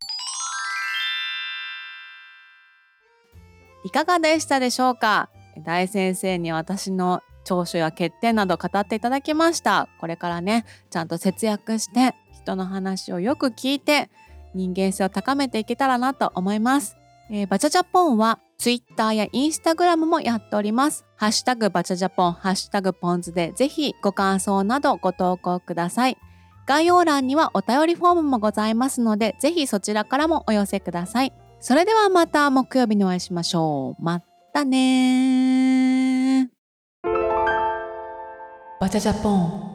Speaker 1: いかがでしたでしょうか大先生に私の長所や欠点など語っていただきましたこれからねちゃんと節約して人の話をよく聞いて人間性を高めていけたらなと思います、えーバチャジャポンはツイッターやインスタグラムもやっておりますハッシュタグバチャジャポンハッシュタグポンズでぜひご感想などご投稿ください
Speaker 3: 概要欄にはお便りフォームもございますので、ぜひそちらからもお寄せください。それではまた木曜日にお会いしましょう。またねー。
Speaker 4: バチャジャポン